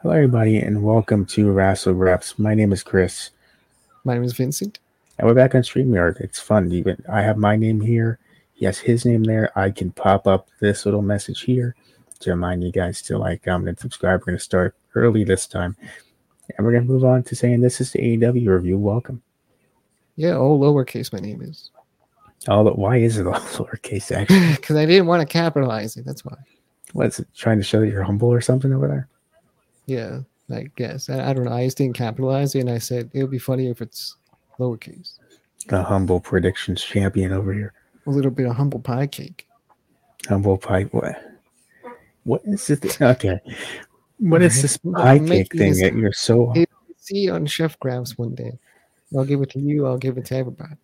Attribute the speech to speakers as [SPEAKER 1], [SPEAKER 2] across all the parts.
[SPEAKER 1] Hello, everybody, and welcome to Wrestle Reps. My name is Chris,
[SPEAKER 2] My name is Vincent.
[SPEAKER 1] and we're back on StreamYard. It's fun. Even I have my name here. He has his name there. I can pop up this little message here to remind you guys to like, comment, and subscribe. We're going to start early this time, and we're going to move on to saying this is the AEW review. Welcome.
[SPEAKER 2] Yeah, all lowercase my name is.
[SPEAKER 1] Although, why is it all lowercase? Actually,
[SPEAKER 2] Because I didn't want to capitalize it. That's why.
[SPEAKER 1] what's it trying to show that you're humble or something over there?
[SPEAKER 2] Yeah, I guess. I, I don't know. I just didn't capitalize it. And I said it would be funnier if it's lowercase.
[SPEAKER 1] The humble predictions champion over here.
[SPEAKER 2] A little bit of humble pie cake.
[SPEAKER 1] Humble pie. What? What is it? Okay. What is this pie
[SPEAKER 2] I'm
[SPEAKER 1] cake
[SPEAKER 2] making
[SPEAKER 1] thing
[SPEAKER 2] this-
[SPEAKER 1] that you're so?
[SPEAKER 2] It- See you on Chef Graphs one day. I'll give it to you. I'll give it to everybody.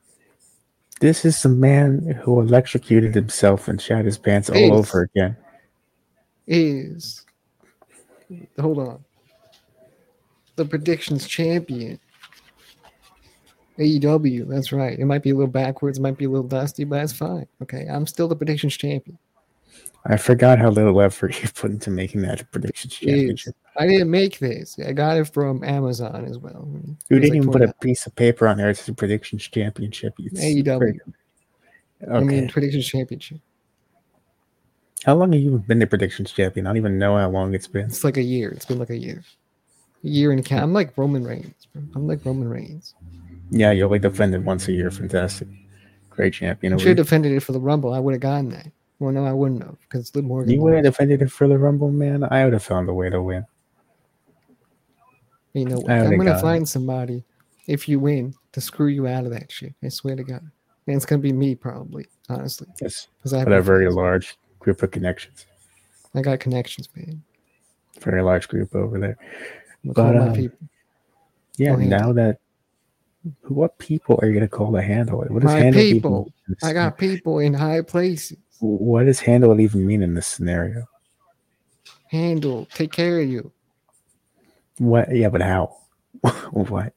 [SPEAKER 1] This is the man who electrocuted himself and shat his pants all
[SPEAKER 2] Hey.
[SPEAKER 1] over again.
[SPEAKER 2] Is. Hold on. The predictions champion. AEW. That's right. It might be a little backwards. It might be a little dusty, but that's fine. Okay. I'm still the predictions champion.
[SPEAKER 1] I forgot how little effort you put into making that a predictions championship.
[SPEAKER 2] I didn't make this. I got it from Amazon as well.
[SPEAKER 1] You
[SPEAKER 2] It was
[SPEAKER 1] didn't
[SPEAKER 2] like
[SPEAKER 1] even put a
[SPEAKER 2] 20
[SPEAKER 1] piece of paper on there. It's a predictions championship. It's
[SPEAKER 2] AEW.
[SPEAKER 1] Okay.
[SPEAKER 2] E I mean, Predictions Championship.
[SPEAKER 1] how long have you been the predictions champion? I don't even know how long it's been.
[SPEAKER 2] It's like a year. It's been like a year. A year and count. I'm like Roman Reigns. bro. I'm like Roman Reigns.
[SPEAKER 1] Yeah, you only defended once a year. Fantastic. Great champion.
[SPEAKER 2] I should have
[SPEAKER 1] over
[SPEAKER 2] defended it for the Rumble. I would have gotten that. Well, no, I wouldn't have because it's Liv
[SPEAKER 1] You
[SPEAKER 2] Morgan.
[SPEAKER 1] You would have defended it for the Rumble, man. I would have found a way to win.
[SPEAKER 2] You know, what?
[SPEAKER 1] I
[SPEAKER 2] I'm
[SPEAKER 1] would've
[SPEAKER 2] going to
[SPEAKER 1] gotten it.
[SPEAKER 2] find somebody, if you win, to screw you out of that shit. I swear to God. And it's going to be me, probably, honestly.
[SPEAKER 1] Yes,
[SPEAKER 2] Because I, have
[SPEAKER 1] but a very large group of connections.
[SPEAKER 2] I got connections, man.
[SPEAKER 1] Very large group over there. But,
[SPEAKER 2] I'm going to call my
[SPEAKER 1] um,
[SPEAKER 2] people.
[SPEAKER 1] Yeah,
[SPEAKER 2] Go ahead.
[SPEAKER 1] now that who- what people are you gonna call to handle it? What does
[SPEAKER 2] My
[SPEAKER 1] handle
[SPEAKER 2] people.
[SPEAKER 1] even mean?
[SPEAKER 2] I got people in high places.
[SPEAKER 1] what does handle it even mean in this scenario?
[SPEAKER 2] handle, take care of you.
[SPEAKER 1] What yeah, but how? what?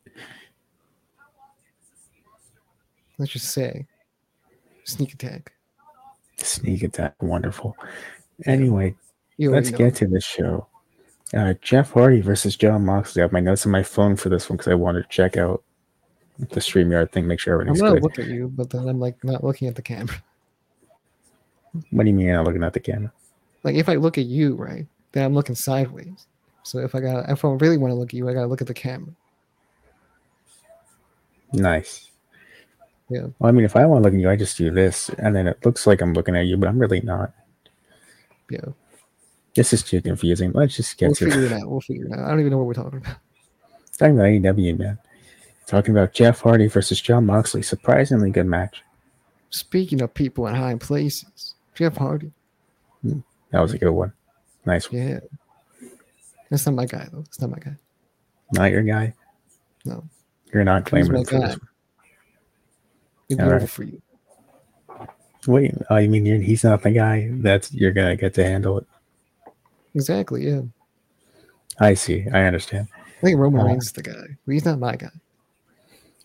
[SPEAKER 2] Let's just say, sneak attack.
[SPEAKER 1] Sneak attack, wonderful. Anyway,
[SPEAKER 2] You already
[SPEAKER 1] let's
[SPEAKER 2] know.
[SPEAKER 1] get to this show. Uh, Jeff Hardy versus John Moxley. I have my notes on my phone for this one because I wanted to check out the StreamYard thing, make sure
[SPEAKER 2] I'm
[SPEAKER 1] everything's
[SPEAKER 2] gonna
[SPEAKER 1] good.
[SPEAKER 2] look at you, but then I'm like not looking at the camera.
[SPEAKER 1] What do you mean you're not looking at the camera?
[SPEAKER 2] Like if I look at you, right, then I'm looking sideways. So if I got, if I really want to look at you, I gotta look at the camera.
[SPEAKER 1] Nice.
[SPEAKER 2] Yeah.
[SPEAKER 1] Well, I mean, if I want to look at you, I just do this, and then it looks like I'm looking at you, but I'm really not.
[SPEAKER 2] Yeah,
[SPEAKER 1] This is too confusing. Let's just get
[SPEAKER 2] we'll
[SPEAKER 1] to
[SPEAKER 2] figure it out. We'll figure it out. I don't even know what we're talking about.
[SPEAKER 1] talking about AEW, man. Talking about Jeff Hardy versus John Moxley. Surprisingly good match.
[SPEAKER 2] Speaking of people in high places, Jeff Hardy.
[SPEAKER 1] That was a good one. Nice one.
[SPEAKER 2] Yeah, that's not my guy though. That's not my guy.
[SPEAKER 1] Not your guy.
[SPEAKER 2] No.
[SPEAKER 1] You're not
[SPEAKER 2] Who's
[SPEAKER 1] claiming
[SPEAKER 2] my
[SPEAKER 1] him for this
[SPEAKER 2] guy? It'd be
[SPEAKER 1] All
[SPEAKER 2] over
[SPEAKER 1] right.
[SPEAKER 2] for you.
[SPEAKER 1] one. Wait, oh, you mean you're, he's not the guy? That's you're gonna get to handle it.
[SPEAKER 2] Exactly. Yeah,
[SPEAKER 1] I see. I understand.
[SPEAKER 2] I think Roman
[SPEAKER 1] Uh,
[SPEAKER 2] Reigns is the guy. But he's not my guy.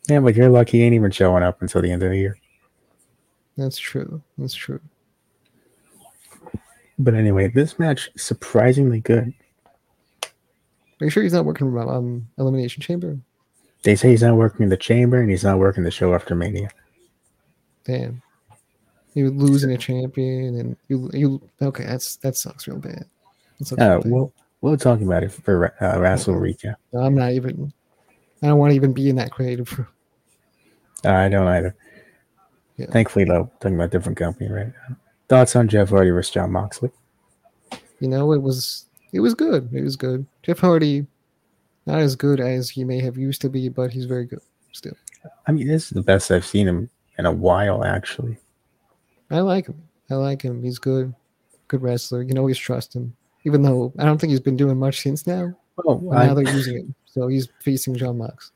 [SPEAKER 1] Yeah, but you're lucky he ain't even showing up until the end of the year.
[SPEAKER 2] That's true. That's true.
[SPEAKER 1] But anyway, this match surprisingly good.
[SPEAKER 2] Are you sure he's not working from um, Elimination Chamber?
[SPEAKER 1] They say he's not working the chamber and he's not working the show after Mania.
[SPEAKER 2] Damn. You losing a champion, and you you okay? That's that sucks real bad. That sucks
[SPEAKER 1] Uh,
[SPEAKER 2] real bad.
[SPEAKER 1] we'll we'll talk about it for uh, Wrestle Recap.
[SPEAKER 2] I'm not even. I don't want to even be in that creative room.
[SPEAKER 1] Uh, I don't either.
[SPEAKER 2] Yeah.
[SPEAKER 1] Thankfully, though, talking about a different company right now. Thoughts on Jeff Hardy versus John Moxley?
[SPEAKER 2] You know, it was it was good. It was good. Jeff Hardy, not as good as he may have used to be, but he's very good still.
[SPEAKER 1] I mean, this is the best I've seen him in a while, actually.
[SPEAKER 2] I like him. I like him. He's good. Good wrestler. You can always trust him, even though I don't think he's been doing much since now.
[SPEAKER 1] Well,
[SPEAKER 2] But Oh, now
[SPEAKER 1] I,
[SPEAKER 2] they're using him, so he's facing John Mox.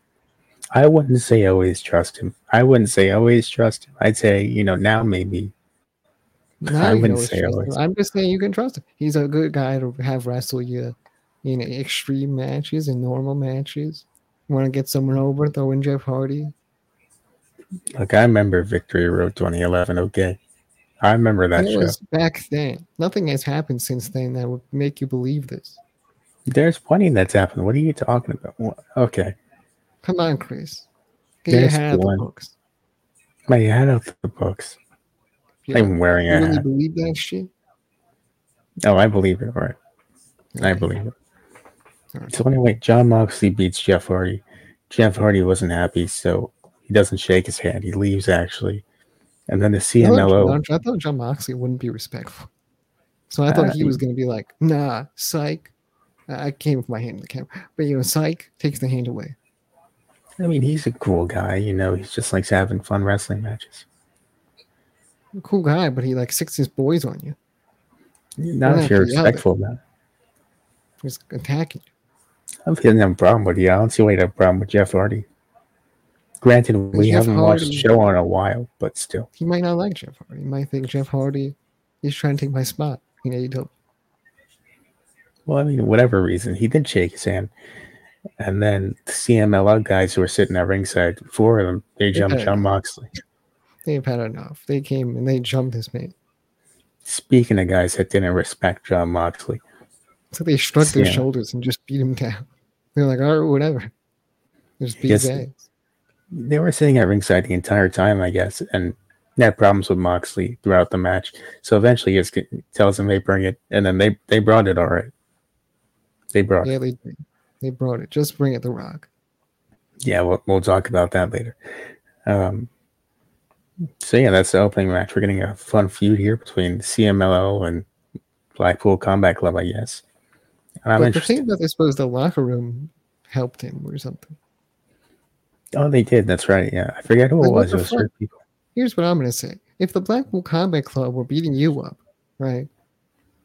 [SPEAKER 1] I wouldn't say always trust him. I wouldn't say always trust him. I'd say, you know, now maybe.
[SPEAKER 2] No,
[SPEAKER 1] I
[SPEAKER 2] you
[SPEAKER 1] wouldn't
[SPEAKER 2] know, it's
[SPEAKER 1] say I
[SPEAKER 2] trust
[SPEAKER 1] was.
[SPEAKER 2] him. I'm just saying you can trust him. He's a good guy to have wrestle you in extreme matches and normal matches. Want to get someone over? Throw in Jeff Hardy.
[SPEAKER 1] Like, I remember Victory Road 2011, okay? I remember that
[SPEAKER 2] That
[SPEAKER 1] show.
[SPEAKER 2] was back then. Nothing has happened since then that would make you believe this.
[SPEAKER 1] There's plenty that's happened. What are you talking about? Wha- Okay.
[SPEAKER 2] Come on, Chris. Get your
[SPEAKER 1] There's
[SPEAKER 2] hat out of the
[SPEAKER 1] one.
[SPEAKER 2] books.
[SPEAKER 1] My hat out the books.
[SPEAKER 2] Yeah.
[SPEAKER 1] I'm wearing
[SPEAKER 2] You
[SPEAKER 1] a
[SPEAKER 2] really
[SPEAKER 1] hat.
[SPEAKER 2] believe that shit?
[SPEAKER 1] Oh, I believe it. All right. I
[SPEAKER 2] Okay.
[SPEAKER 1] believe it.
[SPEAKER 2] Alright.
[SPEAKER 1] So anyway, John Moxley beats Jeff Hardy. Jeff Hardy wasn't happy, so he doesn't shake his hand. He leaves actually. And then the
[SPEAKER 2] I thought
[SPEAKER 1] CMLO
[SPEAKER 2] John- I thought John Moxley wouldn't be respectful. So I thought
[SPEAKER 1] Uh,
[SPEAKER 2] he was going to be like, nah, psych. I I came with my hand in the camera. But, you know, psych takes the hand away.
[SPEAKER 1] I mean, he's a cool guy, you know. He just likes having fun wrestling matches.
[SPEAKER 2] Cool guy, but he like sticks his boys on you.
[SPEAKER 1] Not
[SPEAKER 2] Yeah,
[SPEAKER 1] if you're
[SPEAKER 2] yeah, but-
[SPEAKER 1] respectful about it.
[SPEAKER 2] He's attacking you.
[SPEAKER 1] I'm feeling no problem with you. I don't see why you have a problem with Jeff Hardy. Granted, we
[SPEAKER 2] Jeff
[SPEAKER 1] haven't watched the
[SPEAKER 2] Hardy-
[SPEAKER 1] show on a while, but still.
[SPEAKER 2] He might not like Jeff Hardy. He might think Jeff Hardy is trying to take my spot. You know, you don't.
[SPEAKER 1] Well, I mean, whatever reason, he did shake his hand. And then the CMLL guys who were sitting at ringside, four of them, they jumped
[SPEAKER 2] Okay.
[SPEAKER 1] John Moxley.
[SPEAKER 2] They've had enough. They came and they jumped this man.
[SPEAKER 1] Speaking of guys that didn't respect John Moxley,
[SPEAKER 2] So they shrugged their
[SPEAKER 1] Yeah.
[SPEAKER 2] shoulders and just beat him down. They're like, all right, whatever. Just beat
[SPEAKER 1] Yes.
[SPEAKER 2] his ass.
[SPEAKER 1] they were sitting at ringside the entire time, I guess, and they had problems with Moxley throughout the match. So eventually, he just get- tells them they bring it, and then they they brought it all right. They brought it.
[SPEAKER 2] Yeah, they did. They brought it. Just bring it the rock.
[SPEAKER 1] Yeah, we'll, we'll talk about that later. Um, so yeah, that's the opening match. We're getting a fun feud here between CMLO and Blackpool Combat Club, I guess. And I'm
[SPEAKER 2] but the
[SPEAKER 1] interested.
[SPEAKER 2] thing about I suppose the locker room helped him or something.
[SPEAKER 1] oh, they did. That's right. Yeah, I forget who
[SPEAKER 2] Like,
[SPEAKER 1] it
[SPEAKER 2] what
[SPEAKER 1] was.
[SPEAKER 2] the
[SPEAKER 1] It was
[SPEAKER 2] fuck?
[SPEAKER 1] three people.
[SPEAKER 2] Here's what I'm gonna say. If the Blackpool Combat Club were beating you up, right?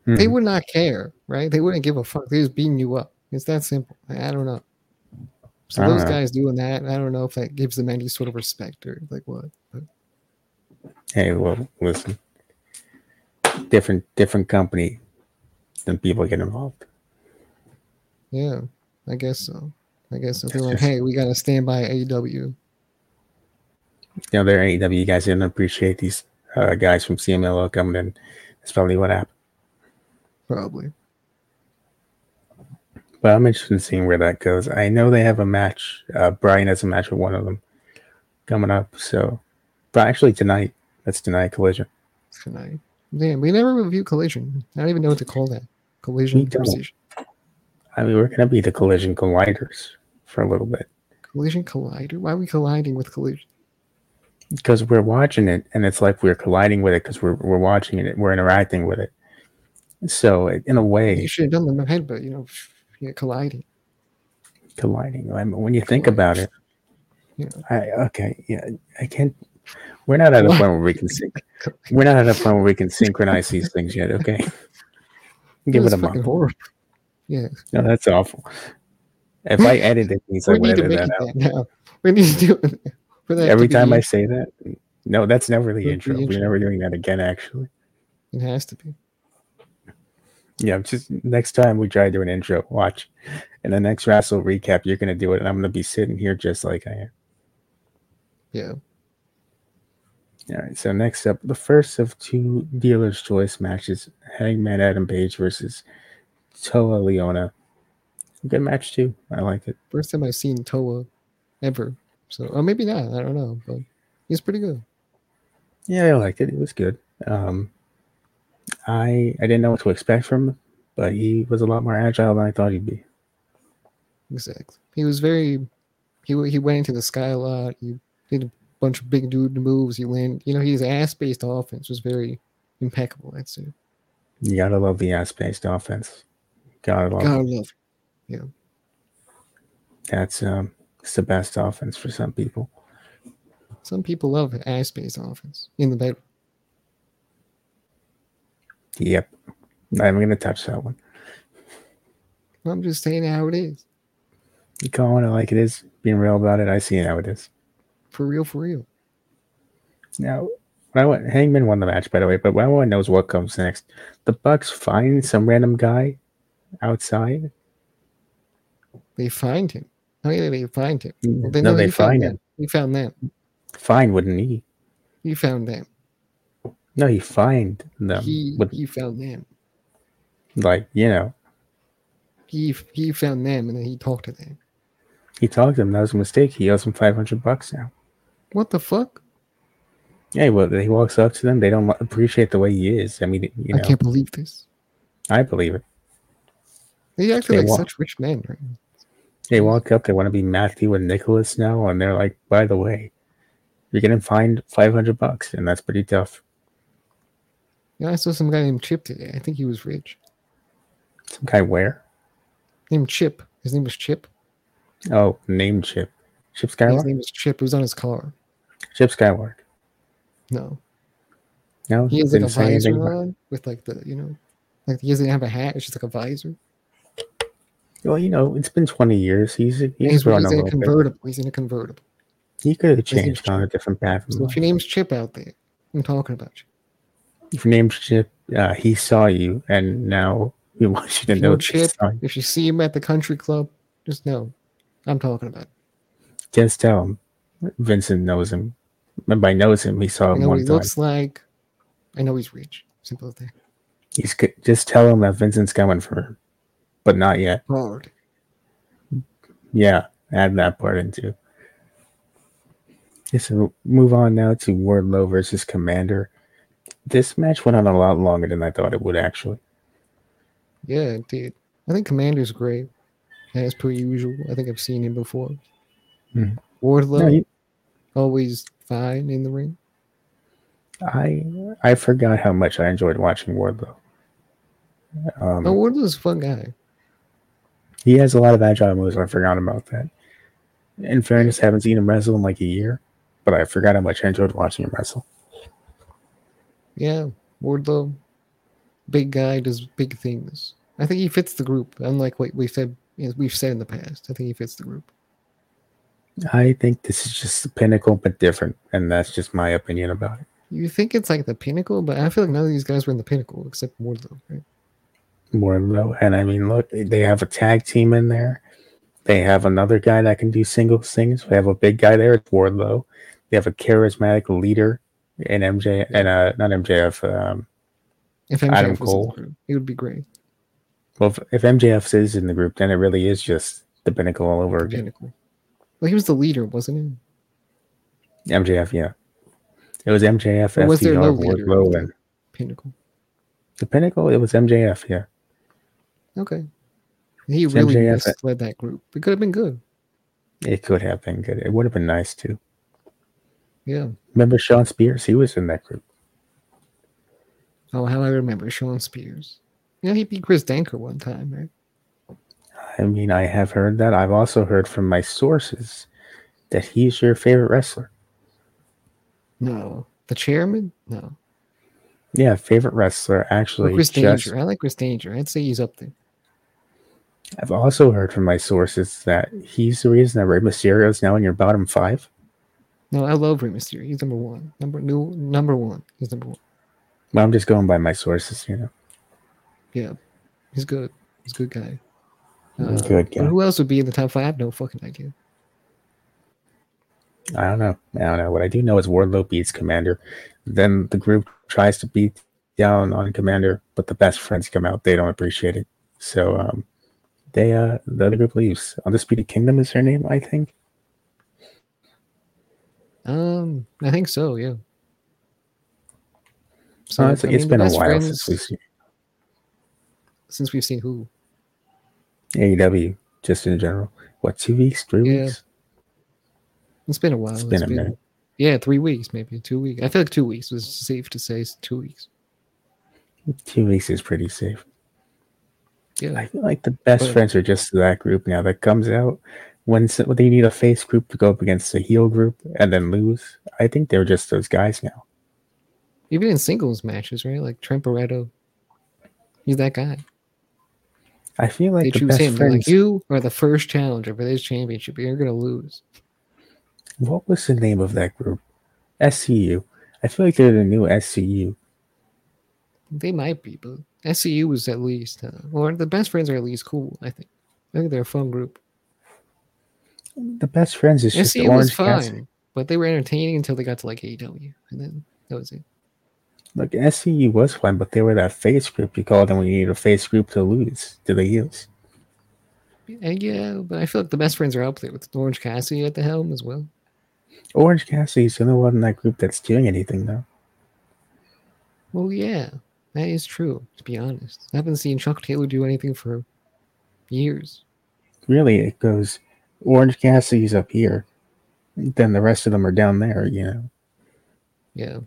[SPEAKER 2] They
[SPEAKER 1] Mhm.
[SPEAKER 2] would not care, right? They wouldn't give a fuck. They're just beating you up. It's that simple. I I don't know. So
[SPEAKER 1] I don't
[SPEAKER 2] those
[SPEAKER 1] know.
[SPEAKER 2] guys doing that, I don't know if that gives them any sort of respect or like what. But
[SPEAKER 1] Hey, well, listen. Different different company than people get involved.
[SPEAKER 2] yeah, I guess so. I guess so. They're
[SPEAKER 1] It's
[SPEAKER 2] like,
[SPEAKER 1] just-
[SPEAKER 2] hey, we gotta stand by E AEW.
[SPEAKER 1] You know, their AEW E guys didn't appreciate these uh, guys from CMLO coming in. That's probably what happened.
[SPEAKER 2] Probably.
[SPEAKER 1] But I'm interested in seeing where that goes. I know they have a match. Uh, Brian has a match with one of them coming up. So, but actually tonight, that's tonight collision.
[SPEAKER 2] tonight. Damn, we never review collision. I don't even know what to call that.
[SPEAKER 1] We
[SPEAKER 2] Collision
[SPEAKER 1] don't.
[SPEAKER 2] precision.
[SPEAKER 1] I mean, we're gonna be the collision colliders for a little bit
[SPEAKER 2] Collision collider? Why are we colliding with collision?
[SPEAKER 1] because we're watching it, and it's like we're colliding with it because we're we're watching it, we're interacting with it. So, it- in a way,
[SPEAKER 2] You should have done them ahead, but you know, yeah, colliding.
[SPEAKER 1] colliding. I mean, when you think about it,
[SPEAKER 2] Yeah.
[SPEAKER 1] I okay, yeah, I can't. We're not at a
[SPEAKER 2] What?
[SPEAKER 1] point where we can sync. We're not at a point where we can synchronize these things yet. Okay, give
[SPEAKER 2] That's
[SPEAKER 1] it a month.
[SPEAKER 2] fucking horrible. Yeah,
[SPEAKER 1] No, that's awful. If I edit it, means I
[SPEAKER 2] we
[SPEAKER 1] would
[SPEAKER 2] need to
[SPEAKER 1] edit
[SPEAKER 2] make
[SPEAKER 1] that
[SPEAKER 2] it
[SPEAKER 1] out.
[SPEAKER 2] that now. We need to do it. now. For that to
[SPEAKER 1] Every
[SPEAKER 2] be
[SPEAKER 1] time I
[SPEAKER 2] used,
[SPEAKER 1] say that, no, that's never the
[SPEAKER 2] Would be
[SPEAKER 1] intro. We're
[SPEAKER 2] intro.
[SPEAKER 1] never doing that again, actually.
[SPEAKER 2] it has to be.
[SPEAKER 1] Yeah, just next time we try to do an intro, watch. And the next wrestle recap, you're gonna do it, and I'm gonna be sitting here just like I am.
[SPEAKER 2] Yeah,
[SPEAKER 1] All right, so next up, the first of two dealer's choice matches Hangman Adam Page versus Toa Leona. Good match, too. I like it.
[SPEAKER 2] first time I've seen Toa ever. So, or maybe not. I don't know, but he's pretty good.
[SPEAKER 1] Yeah, I liked it. It was good. Um, I I didn't know what to expect from him, but he was a lot more agile than I thought he'd be.
[SPEAKER 2] Exactly. He was very. He w- he went into the sky a lot. He did a bunch of big dude moves. He landed. You know, his ass based offense was very impeccable. I'd say.
[SPEAKER 1] You gotta love the ass-based offense. Gotta love
[SPEAKER 2] God I love.
[SPEAKER 1] that's um it's the best offense for some people.
[SPEAKER 2] it. Some people love ass based offense in the bedroom.
[SPEAKER 1] Yep, not even gonna touch that one.
[SPEAKER 2] I'm just saying how it is.
[SPEAKER 1] You calling it like it is, being real about it. I see how it is.
[SPEAKER 2] For real, for real.
[SPEAKER 1] Now, what I want, Hangman won the match, by the way, but what I want to know is what comes next. The Bucks find some random guy outside.
[SPEAKER 2] They find him. Oh yeah, they find him. Well,
[SPEAKER 1] no,
[SPEAKER 2] know
[SPEAKER 1] they
[SPEAKER 2] you found
[SPEAKER 1] find
[SPEAKER 2] them.
[SPEAKER 1] him.
[SPEAKER 2] You found them.
[SPEAKER 1] Find wouldn't he?
[SPEAKER 2] You found them.
[SPEAKER 1] No, he find them
[SPEAKER 2] he
[SPEAKER 1] with
[SPEAKER 2] he found them.
[SPEAKER 1] like you know.
[SPEAKER 2] he he found them and then he talked to them.
[SPEAKER 1] He talked to him. That was a mistake. He owes him 500 bucks now.
[SPEAKER 2] What the fuck?
[SPEAKER 1] Yeah, well, he walks up to them. They don't appreciate the way he is. I mean, you know,
[SPEAKER 2] I can't believe this.
[SPEAKER 1] I believe it.
[SPEAKER 2] They acted
[SPEAKER 1] They
[SPEAKER 2] like
[SPEAKER 1] wa-
[SPEAKER 2] such rich men, right?
[SPEAKER 1] They
[SPEAKER 2] Hmm.
[SPEAKER 1] walk up. They want to be Matthew and Nicholas now, and they're like, "By the way, you're gonna find 500 bucks, and that's pretty tough."
[SPEAKER 2] You know, I saw some guy named Chip today. I think he was rich.
[SPEAKER 1] Some guy where?
[SPEAKER 2] Named Chip. His name was Chip.
[SPEAKER 1] Oh, name Chip. Chip
[SPEAKER 2] Yeah, His
[SPEAKER 1] Skywalker.
[SPEAKER 2] name was Chip. It was on his car.
[SPEAKER 1] Chip Skywalker.
[SPEAKER 2] No,
[SPEAKER 1] No,
[SPEAKER 2] he has like a
[SPEAKER 1] didn't say anything.
[SPEAKER 2] visor
[SPEAKER 1] about-
[SPEAKER 2] on with like the you know, like he doesn't have a hat. It's just like a visor.
[SPEAKER 1] Well, you know, it's been 20 years. He's he's,
[SPEAKER 2] And he's, he's
[SPEAKER 1] grown
[SPEAKER 2] in
[SPEAKER 1] a
[SPEAKER 2] a
[SPEAKER 1] little bit.
[SPEAKER 2] convertible. He's in a convertible.
[SPEAKER 1] He could have
[SPEAKER 2] His name's
[SPEAKER 1] changed on a different path. in
[SPEAKER 2] So if
[SPEAKER 1] life.
[SPEAKER 2] your name's Chip out there, I'm talking about you.
[SPEAKER 1] If your name's Chip, uh, he saw you, and now he wants you to
[SPEAKER 2] If
[SPEAKER 1] know
[SPEAKER 2] you're
[SPEAKER 1] that he
[SPEAKER 2] Chip,
[SPEAKER 1] saw you.
[SPEAKER 2] If you see him at the country club, just know I'm talking about. You.
[SPEAKER 1] Just tell him. Vincent knows him. And by knows him, he saw
[SPEAKER 2] I
[SPEAKER 1] him
[SPEAKER 2] know what
[SPEAKER 1] one
[SPEAKER 2] he
[SPEAKER 1] time.
[SPEAKER 2] looks like. I know he's rich. Simple as that.
[SPEAKER 1] He's good. Just tell him that Vincent's coming for him, but not yet.
[SPEAKER 2] Hard.
[SPEAKER 1] Yeah, add that part into. Okay, so move on now to Wardlow versus Commander. This match went on a lot longer than I thought it would. Actually,
[SPEAKER 2] Yeah, dude. I think Commander's great, as per usual. I think I've seen him before.
[SPEAKER 1] Mhm.
[SPEAKER 2] Wardlow
[SPEAKER 1] no, you-
[SPEAKER 2] always fine in the ring.
[SPEAKER 1] I I forgot how much I enjoyed watching Wardlow. Um,
[SPEAKER 2] No, Oh, Wardlow's a fun guy.
[SPEAKER 1] He has a lot of agile moves. I forgot about that. In fairness, haven't seen him wrestle in like a year, but I forgot how much I enjoyed watching him wrestle.
[SPEAKER 2] Yeah, Wardlow, big guy, does big things. I think he fits the group. Unlike what we've said, as we've said in the past, I think he fits the group.
[SPEAKER 1] I think this is just the pinnacle, but different, and that's just my opinion about it.
[SPEAKER 2] You think it's like the pinnacle, but I feel like none of these guys were in the pinnacle except Wardlow. Right?
[SPEAKER 1] Wardlow, and I mean, look, they have a tag team in there. They have another guy that can do singles things. They have a big guy there. It's Wardlow. They have a charismatic leader in MJ and uh not MJF. Um,
[SPEAKER 2] If MJF
[SPEAKER 1] Adam
[SPEAKER 2] was in the
[SPEAKER 1] Cole.
[SPEAKER 2] group, it would be great.
[SPEAKER 1] well, if, if MJF is in the group, then it really is just the pinnacle all over
[SPEAKER 2] The
[SPEAKER 1] again.
[SPEAKER 2] pinnacle. Well, he was the leader, wasn't he?
[SPEAKER 1] MJF, yeah. It was MJF,
[SPEAKER 2] Or was there no
[SPEAKER 1] FDR,
[SPEAKER 2] leader?
[SPEAKER 1] Wardlow, and
[SPEAKER 2] Pinnacle.
[SPEAKER 1] the Pinnacle. It was MJF, yeah.
[SPEAKER 2] Okay. He
[SPEAKER 1] It's
[SPEAKER 2] really
[SPEAKER 1] MJF.
[SPEAKER 2] misled that group. It could have been good.
[SPEAKER 1] It could have been good. It would have been nice too.
[SPEAKER 2] Yeah.
[SPEAKER 1] Remember Sean Spears? He was in that group.
[SPEAKER 2] Oh, how I remember Sean Spears. Yeah, he beat Chris Danker one time, right?
[SPEAKER 1] I mean, I have heard that. I've also heard from my sources that he's your favorite wrestler.
[SPEAKER 2] No. The chairman? No.
[SPEAKER 1] Yeah, favorite wrestler.
[SPEAKER 2] Or
[SPEAKER 1] Actually,
[SPEAKER 2] Chris
[SPEAKER 1] just
[SPEAKER 2] Danger. I like Chris Danger. I'd say he's up there.
[SPEAKER 1] I've also heard from my sources that he's the reason that Rey Mysterio is now in your bottom five.
[SPEAKER 2] No, I love Rey Mysterio. He's number one. Number new number one. He's number one.
[SPEAKER 1] Well, I'm just going by my sources, you know.
[SPEAKER 2] Yeah. He's good. He's a good guy. Uh,
[SPEAKER 1] Good
[SPEAKER 2] but
[SPEAKER 1] guy.
[SPEAKER 2] Who else would be in the top five? I have no fucking idea.
[SPEAKER 1] I don't know. I don't know. What I do know is Wardlow beats Commander. Then the group tries to beat down on Commander, but the best friends come out. They don't appreciate it. So um, they uh the other group leaves. Undisputed Kingdom is their name, I think.
[SPEAKER 2] Um, I think so, yeah.
[SPEAKER 1] So
[SPEAKER 2] So
[SPEAKER 1] Uh, it's,
[SPEAKER 2] I
[SPEAKER 1] it's
[SPEAKER 2] mean, the
[SPEAKER 1] been a
[SPEAKER 2] best
[SPEAKER 1] while
[SPEAKER 2] friends-
[SPEAKER 1] since we've seen
[SPEAKER 2] since we've seen who.
[SPEAKER 1] AEW E just in general. What two weeks, three
[SPEAKER 2] Yeah.
[SPEAKER 1] weeks?
[SPEAKER 2] It's been a while.
[SPEAKER 1] It's been a minute.
[SPEAKER 2] Yeah, three weeks, maybe two weeks. I feel like two weeks was safe to say. It's two weeks.
[SPEAKER 1] Two weeks is pretty safe.
[SPEAKER 2] Yeah,
[SPEAKER 1] I feel like the best
[SPEAKER 2] But-
[SPEAKER 1] friends are just that group now that comes out when s- when they need a face group to go up against a heel group and then lose. I think they're just those guys now.
[SPEAKER 2] even in singles matches, right? Like Trent Barretto, he's that guy.
[SPEAKER 1] I feel
[SPEAKER 2] they
[SPEAKER 1] like the
[SPEAKER 2] choose
[SPEAKER 1] best
[SPEAKER 2] him. They're Like
[SPEAKER 1] friends.
[SPEAKER 2] you are the first challenger for this championship. You're gonna lose.
[SPEAKER 1] What was the name of that group? SCU. I feel like they're the new SCU.
[SPEAKER 2] They might be, but SCU was at least, uh, or the best friends are at least cool. I think. I think they're a fun group.
[SPEAKER 1] The best friends is just
[SPEAKER 2] SCU was
[SPEAKER 1] Orange
[SPEAKER 2] fine,
[SPEAKER 1] Cassidy.
[SPEAKER 2] but they were entertaining until they got to like AEW, and then that was it.
[SPEAKER 1] Look, E SCU was fine, but they were that face group you called them when you need a face group to lose to the heels.
[SPEAKER 2] And yeah, but I feel like the best friends are up there with Orange Cassidy at the helm as well.
[SPEAKER 1] Orange Cassidy's the only one in that group that's doing anything, though.
[SPEAKER 2] Well, yeah, that is true. To be honest, I haven't seen Chuck Taylor do anything for years.
[SPEAKER 1] Really, it goes Orange Cassidy's up here, then the rest of them are down there, you know,
[SPEAKER 2] Yeah,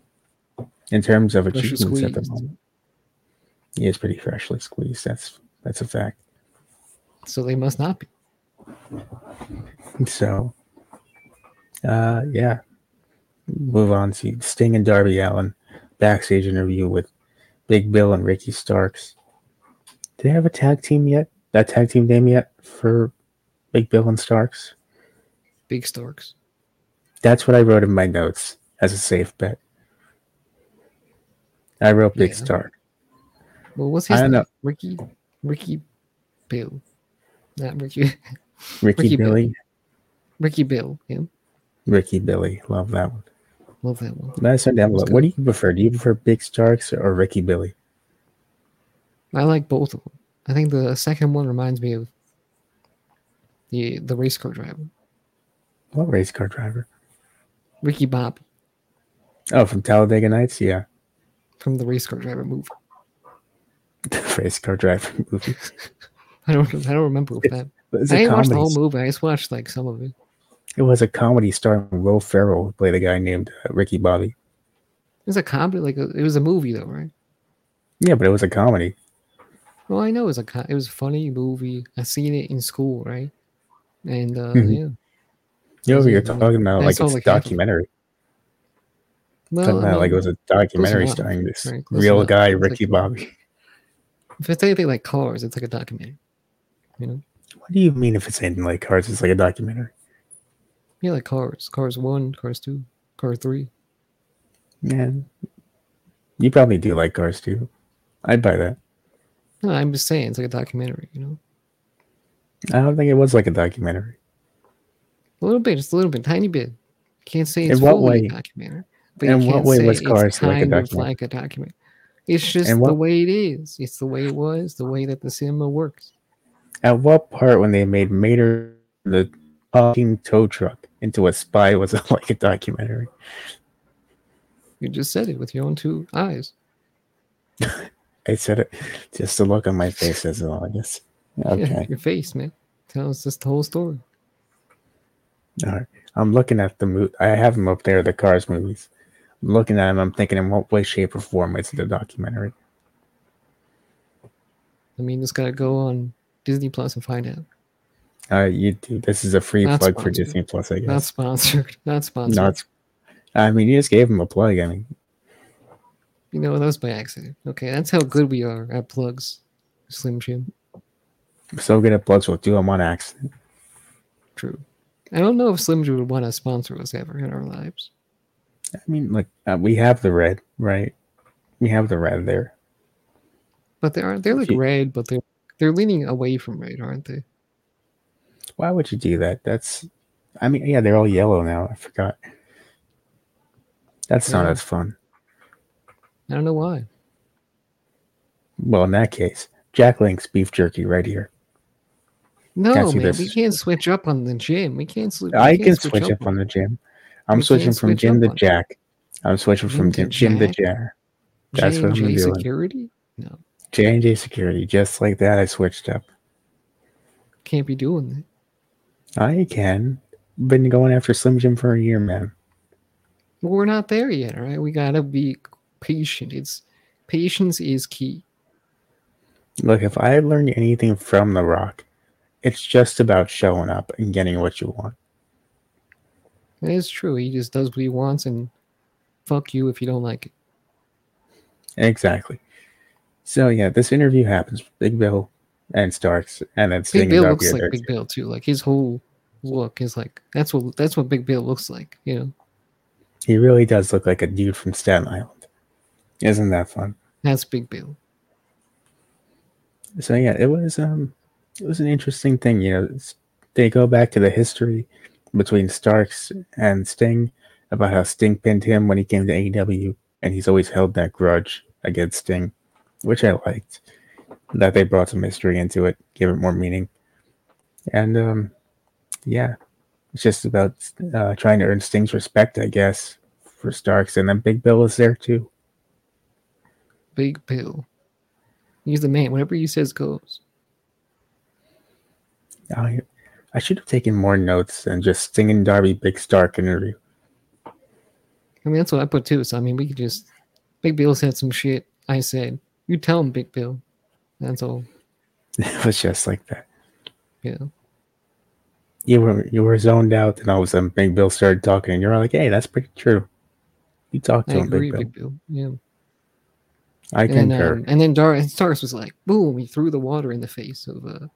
[SPEAKER 1] in terms of
[SPEAKER 2] Freshly
[SPEAKER 1] achievements at the
[SPEAKER 2] squeezed.
[SPEAKER 1] moment. He is pretty freshly squeezed. That's that's a fact.
[SPEAKER 2] so they must not be.
[SPEAKER 1] So, uh, yeah, move on to Sting and Darby Allen backstage interview with Big Bill and Ricky Starks. Do they have a tag team yet? That tag team name yet for Big Bill and Starks?
[SPEAKER 2] Big Starks.
[SPEAKER 1] That's what I wrote in my notes as a safe bet. I wrote Big
[SPEAKER 2] Yeah.
[SPEAKER 1] Stark.
[SPEAKER 2] Well, what's
[SPEAKER 1] I
[SPEAKER 2] his
[SPEAKER 1] don't
[SPEAKER 2] name?
[SPEAKER 1] know.
[SPEAKER 2] Ricky, Ricky Bill, not Ricky,
[SPEAKER 1] Ricky,
[SPEAKER 2] Ricky Bill.
[SPEAKER 1] Billy.
[SPEAKER 2] Ricky Bill. Yeah,
[SPEAKER 1] Ricky Billy. Love that one.
[SPEAKER 2] love that one.
[SPEAKER 1] That's an envelope.
[SPEAKER 2] good.
[SPEAKER 1] What do you prefer? Do you prefer Big Starks or Ricky Billy?
[SPEAKER 2] I like both of them. I think the second one reminds me of the the race car driver,
[SPEAKER 1] What race car driver?
[SPEAKER 2] Ricky Bobby
[SPEAKER 1] Oh, from Talladega Nights? Yeah.
[SPEAKER 2] from the race car driver movie.
[SPEAKER 1] The race car driver movie.
[SPEAKER 2] I don't I don't remember what that.
[SPEAKER 1] It was
[SPEAKER 2] I
[SPEAKER 1] a
[SPEAKER 2] didn't watch the
[SPEAKER 1] comedy.
[SPEAKER 2] whole movie. I just watched like some of it.
[SPEAKER 1] It was a comedy starring Will Ferrell, who played a guy named uh, Ricky Bobby.
[SPEAKER 2] It was a comedy, like a, it was a movie though, right?
[SPEAKER 1] Yeah, but it was a comedy.
[SPEAKER 2] Well, I know it was a co- it was a funny movie. I seen it in school, right? And uh,
[SPEAKER 1] Mhm.
[SPEAKER 2] yeah,
[SPEAKER 1] You know,
[SPEAKER 2] was
[SPEAKER 1] you're
[SPEAKER 2] a-
[SPEAKER 1] talking about
[SPEAKER 2] I
[SPEAKER 1] like
[SPEAKER 2] saw,
[SPEAKER 1] it's a
[SPEAKER 2] like, half of it.
[SPEAKER 1] documentary.
[SPEAKER 2] well,
[SPEAKER 1] Talking
[SPEAKER 2] I
[SPEAKER 1] about like it
[SPEAKER 2] mean,
[SPEAKER 1] was a documentary
[SPEAKER 2] enough.
[SPEAKER 1] starring this
[SPEAKER 2] Right, close
[SPEAKER 1] real
[SPEAKER 2] enough.
[SPEAKER 1] guy,
[SPEAKER 2] It's like-
[SPEAKER 1] Ricky Bobby.
[SPEAKER 2] if it's anything like Cars, it's like a documentary. You know,
[SPEAKER 1] What do you mean if it's anything like Cars? It's like a documentary.
[SPEAKER 2] yeah, like Cars, Cars One, Cars Two, Cars Three.
[SPEAKER 1] Man, you probably do like Cars too. I'd buy that.
[SPEAKER 2] No, I'm just saying it's like a documentary. You know,
[SPEAKER 1] I don't think it was like a documentary.
[SPEAKER 2] a little bit, just a little bit, tiny bit. Can't say
[SPEAKER 1] In
[SPEAKER 2] it's
[SPEAKER 1] what
[SPEAKER 2] fully
[SPEAKER 1] way-
[SPEAKER 2] a documentary, but you
[SPEAKER 1] in what
[SPEAKER 2] can't
[SPEAKER 1] way
[SPEAKER 2] say
[SPEAKER 1] was
[SPEAKER 2] it's
[SPEAKER 1] Cars like a
[SPEAKER 2] kind of
[SPEAKER 1] documentary?
[SPEAKER 2] like a document. It's just
[SPEAKER 1] what-
[SPEAKER 2] the way it is. It's the way it was. The way that the cinema works.
[SPEAKER 1] At what part when they made Mater the talking tow truck into a spy was it like a documentary?
[SPEAKER 2] You just said it with your own two eyes.
[SPEAKER 1] I said it just the look on my face as well, I guess.
[SPEAKER 2] Yeah,
[SPEAKER 1] Okay.
[SPEAKER 2] your face, man. Tell us just the whole story.
[SPEAKER 1] All right. I'm looking at the mo- I have them up there, the Cars movies. I'm looking at them. I'm thinking, in what way, shape, or form is it a documentary?
[SPEAKER 2] I mean, just gotta go on Disney Plus and find out.
[SPEAKER 1] Uh, you do. This is a free
[SPEAKER 2] Not
[SPEAKER 1] plug for
[SPEAKER 2] sponsored.
[SPEAKER 1] Disney Plus, I guess.
[SPEAKER 2] Not sponsored. Not sponsored.
[SPEAKER 1] No, it's. I mean, you just gave him a plug. I mean,
[SPEAKER 2] You know, that was by accident. Okay, that's how good we are at plugs, Slim Jim.
[SPEAKER 1] so good at plugs, we'll do them on accident.
[SPEAKER 2] True. I don't know if Slim Jim would want to sponsor us ever in our lives.
[SPEAKER 1] I mean, like uh, we have the red, right? We have the red there.
[SPEAKER 2] But they are they're like
[SPEAKER 1] Ye-
[SPEAKER 2] red, but they're they're leaning away from red, aren't they?
[SPEAKER 1] Why would you do that? That's. I mean, yeah, they're all yellow now. I forgot. That's not
[SPEAKER 2] Yeah.
[SPEAKER 1] as fun.
[SPEAKER 2] I don't know why.
[SPEAKER 1] Well, in that case, Jack Link's beef jerky right here.
[SPEAKER 2] No,
[SPEAKER 1] Can't see
[SPEAKER 2] man,
[SPEAKER 1] this.
[SPEAKER 2] we can't switch up on the gym. We can't switch.
[SPEAKER 1] I can switch up on the gym. I'm
[SPEAKER 2] You can't
[SPEAKER 1] switching from
[SPEAKER 2] switch
[SPEAKER 1] Jim
[SPEAKER 2] up
[SPEAKER 1] to
[SPEAKER 2] on-
[SPEAKER 1] Jack. I'm switching
[SPEAKER 2] Jim
[SPEAKER 1] from
[SPEAKER 2] to
[SPEAKER 1] Jim, Jim to
[SPEAKER 2] Jack?
[SPEAKER 1] Jack. That's what I'm
[SPEAKER 2] J&J
[SPEAKER 1] doing.
[SPEAKER 2] security. No,
[SPEAKER 1] J and J Security, just like that. I switched up.
[SPEAKER 2] can't be doing that.
[SPEAKER 1] I can. Been going after Slim Jim for a year, man.
[SPEAKER 2] Well, we're not there yet, all right? We gotta be patient. It's patience is key.
[SPEAKER 1] Look, if I learned anything from The Rock, it's just about showing up and getting what you want.
[SPEAKER 2] That is true. He just does what he wants and fuck you if you don't like it.
[SPEAKER 1] Exactly. So yeah, this interview happens. Big Bill and Starks, and then
[SPEAKER 2] Big
[SPEAKER 1] singing
[SPEAKER 2] Bill
[SPEAKER 1] about
[SPEAKER 2] looks
[SPEAKER 1] the
[SPEAKER 2] like
[SPEAKER 1] other.
[SPEAKER 2] Big Bill too. Like his whole look is like that's what that's what Big Bill looks like, you know.
[SPEAKER 1] He really does look like a dude from Staten Island. Isn't that fun?
[SPEAKER 2] That's Big Bill.
[SPEAKER 1] so yeah it was um it was an interesting thing you know it's, they go back to the history between starks and sting about how sting pinned him when he came to aew and he's always held that grudge against sting which i liked that they brought some history into it gave it more meaning And um, yeah, it's just about uh, trying to earn Sting's respect, I guess, for Starks. And then Big Bill is there too.
[SPEAKER 2] Big Bill. He's the man. Whatever he says goes.
[SPEAKER 1] I, I should have taken more notes than just Sting and Darby Big Stark interview.
[SPEAKER 2] I mean, that's what I put too. So I mean, we could just. Big Bill said some shit. I said, "You tell him, Big Bill." That's all.
[SPEAKER 1] It was just like that.
[SPEAKER 2] Yeah.
[SPEAKER 1] You were you were zoned out, and all of a sudden Big Bill started talking, and you're like, "Hey, that's pretty true." You talk to
[SPEAKER 2] I
[SPEAKER 1] him,
[SPEAKER 2] agree,
[SPEAKER 1] Big Bill.
[SPEAKER 2] Big Bill. Yeah.
[SPEAKER 1] I
[SPEAKER 2] And then,
[SPEAKER 1] concur.
[SPEAKER 2] um, and then Dar- and Starks was like, boom, he threw the water in the face of uh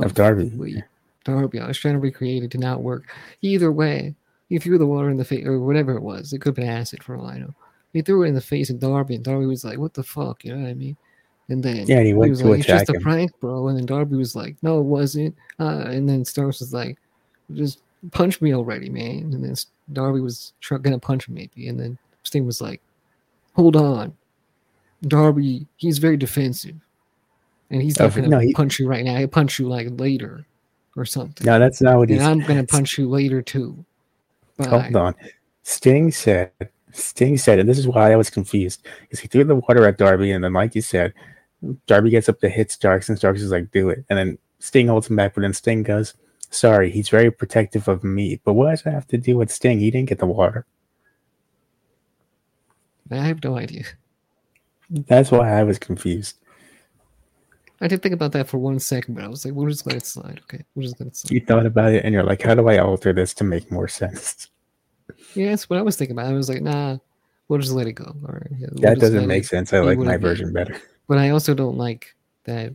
[SPEAKER 1] Of Darby.
[SPEAKER 2] wait, Darby. I was trying to recreate it, did not work. Either way, he threw the water in the face or whatever it was. It could have been acid for all I know. He threw it in the face of Darby, and Darby was like, What the fuck? You know what I mean? And then
[SPEAKER 1] yeah, and he
[SPEAKER 2] he
[SPEAKER 1] went
[SPEAKER 2] was
[SPEAKER 1] to
[SPEAKER 2] like, it's
[SPEAKER 1] attack
[SPEAKER 2] just a
[SPEAKER 1] him.
[SPEAKER 2] prank, bro. And then Darby was like, no, it wasn't. Uh, and then Starks was like, just punch me already, man. And then S- Darby was tr- going to punch him maybe. And then Sting was like, hold on. Darby, he's very defensive. And he's not
[SPEAKER 1] Of-
[SPEAKER 2] going to
[SPEAKER 1] no, Oh, he-
[SPEAKER 2] punch you right now. He'll punch you like later or something.
[SPEAKER 1] no, that's not what he
[SPEAKER 2] and
[SPEAKER 1] said.
[SPEAKER 2] I'm going to punch you later too. Bye.
[SPEAKER 1] Hold on. Sting said, Sting said, and this is why I was confused, because he threw the water at Darby, and then, like you said, Darby gets up to hit Starks, and Starks is like, do it. And then Sting holds him back, but then Sting goes, sorry, he's very protective of me. But what does that have to do with Sting? He didn't get the water.
[SPEAKER 2] I have no idea.
[SPEAKER 1] That's why I was confused.
[SPEAKER 2] I did think about that for one second, but I was like, we'll just let it slide. Okay. We'll just let it slide.
[SPEAKER 1] You thought about it, and you're like, how do I alter this to make more sense?
[SPEAKER 2] Yeah, that's what I was thinking about. I was like, nah, we'll just let it go. All right, yeah, we'll
[SPEAKER 1] That
[SPEAKER 2] just let
[SPEAKER 1] doesn't make
[SPEAKER 2] it-
[SPEAKER 1] sense. I
[SPEAKER 2] he
[SPEAKER 1] like my
[SPEAKER 2] would've-
[SPEAKER 1] version better.
[SPEAKER 2] But I also don't like that.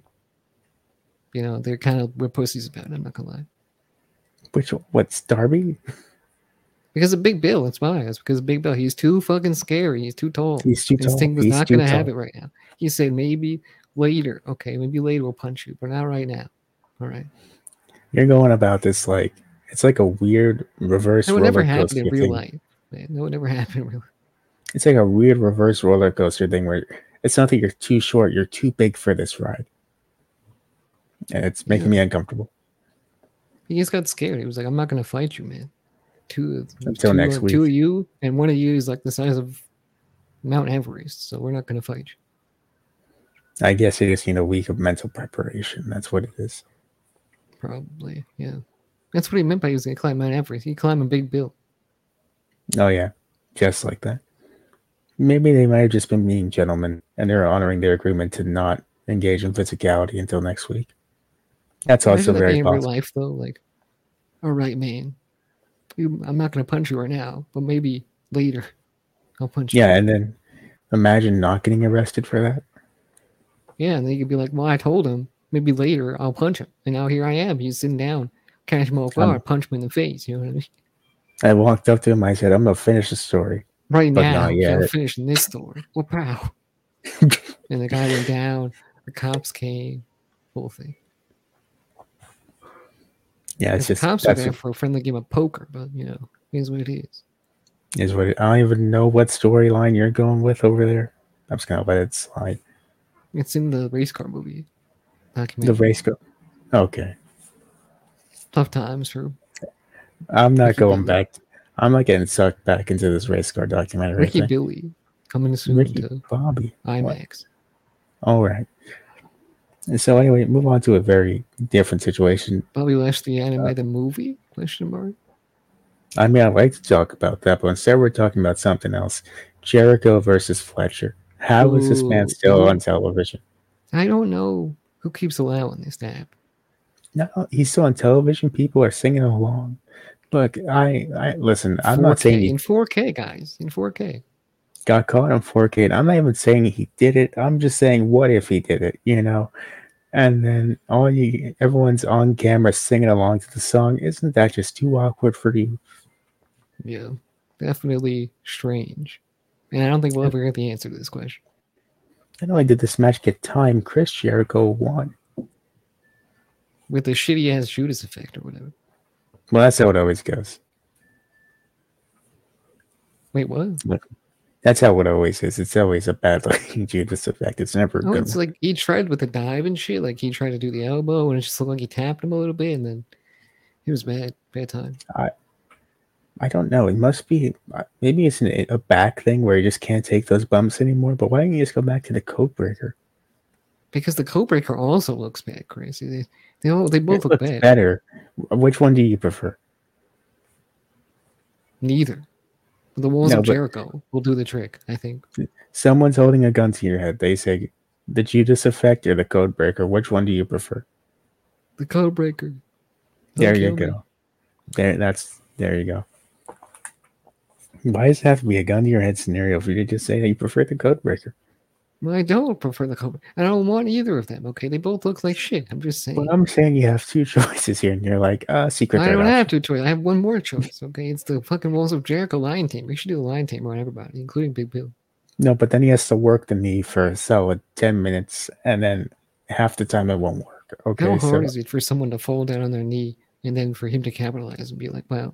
[SPEAKER 2] You know, they're kind of we're pussies about it. I'm not gonna lie.
[SPEAKER 1] Which, what's Darby?
[SPEAKER 2] Because of Big Bill, that's why. It's because of Big Bill. He's too fucking scary. He's too tall.
[SPEAKER 1] He's too
[SPEAKER 2] And
[SPEAKER 1] tall.
[SPEAKER 2] Sting was
[SPEAKER 1] He's
[SPEAKER 2] not
[SPEAKER 1] too
[SPEAKER 2] gonna
[SPEAKER 1] tall.
[SPEAKER 2] have it right now. He said maybe later. Okay, maybe later we'll punch you, but not right now. All right.
[SPEAKER 1] You're going about this like it's like a weird reverse
[SPEAKER 2] That would
[SPEAKER 1] roller
[SPEAKER 2] never happen in
[SPEAKER 1] coaster
[SPEAKER 2] real
[SPEAKER 1] thing.
[SPEAKER 2] life. Man, that would never happen in real life.
[SPEAKER 1] It's like a weird reverse roller coaster thing where it's not that you're too short, you're too big for this ride. And it's making
[SPEAKER 2] Yeah.
[SPEAKER 1] me uncomfortable.
[SPEAKER 2] He just got scared. He was like, I'm not gonna fight you, man. Two of
[SPEAKER 1] Until
[SPEAKER 2] two
[SPEAKER 1] next
[SPEAKER 2] of, Two
[SPEAKER 1] week.
[SPEAKER 2] of you and one of you is like the size of Mount Everest, so we're not gonna fight you.
[SPEAKER 1] I guess you just need a week of mental preparation. That's what it is.
[SPEAKER 2] Probably, yeah. That's what he meant by he was gonna climb Mount Everest. He climbed a big bill.
[SPEAKER 1] Oh yeah. Just like that. Maybe they might have just been being gentlemen and they're honoring their agreement to not engage in physicality until next week. That's also
[SPEAKER 2] Imagine that being
[SPEAKER 1] very
[SPEAKER 2] in real
[SPEAKER 1] possible.
[SPEAKER 2] life though, like, all right, man, you, I'm not gonna punch you right now, but maybe later I'll punch
[SPEAKER 1] Yeah, and then imagine not getting arrested for that.
[SPEAKER 2] you. Yeah, and then you could be like, well, I told him maybe later I'll punch him, and now here I am. He's sitting down, catch him off
[SPEAKER 1] Um,
[SPEAKER 2] guard, punch him in the face. You know what I mean?
[SPEAKER 1] I walked up to him. I said, "I'm gonna finish the story."
[SPEAKER 2] Right
[SPEAKER 1] But
[SPEAKER 2] now,
[SPEAKER 1] not
[SPEAKER 2] yeah, we're
[SPEAKER 1] yet.
[SPEAKER 2] finishing this story. Well, pow. and the guy went down. The cops came. Whole thing.
[SPEAKER 1] Yeah, it's
[SPEAKER 2] the
[SPEAKER 1] just
[SPEAKER 2] cops are
[SPEAKER 1] that's
[SPEAKER 2] there for a friendly game of poker, but you know, it is what it is.
[SPEAKER 1] is what it, I don't even know what storyline you're going with over there. I'm just gonna let it slide.
[SPEAKER 2] It's in the race car movie.
[SPEAKER 1] The
[SPEAKER 2] Documentary.
[SPEAKER 1] race go. Okay,
[SPEAKER 2] Tough times for
[SPEAKER 1] I'm not
[SPEAKER 2] Ricky
[SPEAKER 1] going
[SPEAKER 2] Bobby.
[SPEAKER 1] back. I'm not getting sucked back into this race car documentary.
[SPEAKER 2] Ricky
[SPEAKER 1] thing.
[SPEAKER 2] Billy coming soon
[SPEAKER 1] Ricky
[SPEAKER 2] to
[SPEAKER 1] Bobby.
[SPEAKER 2] IMAX.
[SPEAKER 1] All right. And so anyway, move on to a very different situation.
[SPEAKER 2] Bobby Lashley
[SPEAKER 1] Uh,
[SPEAKER 2] animated movie? Question mark.
[SPEAKER 1] I mean, I like to talk about that, but instead we're talking about something else: Jericho versus Fletcher. How is this man
[SPEAKER 2] Ooh,
[SPEAKER 1] still
[SPEAKER 2] ooh.
[SPEAKER 1] on television?
[SPEAKER 2] I don't know who keeps allowing this to happen.
[SPEAKER 1] No, he's still on television. People are singing along. Look, I, I listen. I'm not
[SPEAKER 2] 4K
[SPEAKER 1] saying he
[SPEAKER 2] in 4K, guys. In 4K.
[SPEAKER 1] got caught on 4K. And I'm not even saying he did it. I'm just saying, what if he did it? You know. And then all you, everyone's on camera singing along to the song. Isn't that just too awkward for you?
[SPEAKER 2] Yeah, definitely strange. And I don't think we'll ever get the answer to this question.
[SPEAKER 1] Not only did this match get time, Chris Jericho won.
[SPEAKER 2] with the shitty ass Judas effect or whatever.
[SPEAKER 1] Well, that's how it always goes.
[SPEAKER 2] Wait, what?
[SPEAKER 1] That's how it always is. It's always a bad looking Judas effect. It's never a
[SPEAKER 2] Oh,
[SPEAKER 1] good.
[SPEAKER 2] it's like he tried with the dive and shit. Like he tried to do the elbow, and it just looked like he tapped him a little bit, and then he was bad, bad time.
[SPEAKER 1] I don't know. It must be uh, maybe it's an, a back thing where you just can't take those bumps anymore. But why don't you just go back to the code breaker?
[SPEAKER 2] Because the Codebreaker also looks bad, crazy. They, they all they both
[SPEAKER 1] it
[SPEAKER 2] look
[SPEAKER 1] looks
[SPEAKER 2] bad.
[SPEAKER 1] better. Which one do you prefer?
[SPEAKER 2] Neither. The walls
[SPEAKER 1] No,
[SPEAKER 2] of
[SPEAKER 1] but-
[SPEAKER 2] Jericho will do the trick, I think.
[SPEAKER 1] Someone's holding a gun to your head. They say the Judas effect or the code breaker. Which one do you prefer?
[SPEAKER 2] The Codebreaker. Don't
[SPEAKER 1] There you
[SPEAKER 2] kill me.
[SPEAKER 1] go. There, that's there you go. Why does it have to be a gun to your head scenario for you to just say that you prefer the code breaker?
[SPEAKER 2] Well, I don't prefer the Cobra. I don't want either of them. Okay, they both look like shit. I'm just saying.
[SPEAKER 1] Well, I'm saying you have two choices here, and you're like, uh, secret.
[SPEAKER 2] I
[SPEAKER 1] third
[SPEAKER 2] don't
[SPEAKER 1] option.
[SPEAKER 2] have two choices. I have one more choice. Okay, it's the fucking walls of Jericho lion tamer. We should do the lion tamer on everybody, including Big Bill.
[SPEAKER 1] No, but then he has to work the knee for a solid 10 minutes, and then half the time it won't work. Okay,
[SPEAKER 2] How hard
[SPEAKER 1] so
[SPEAKER 2] is it for someone to fall down on their knee and then for him to capitalize and be like, "Wow,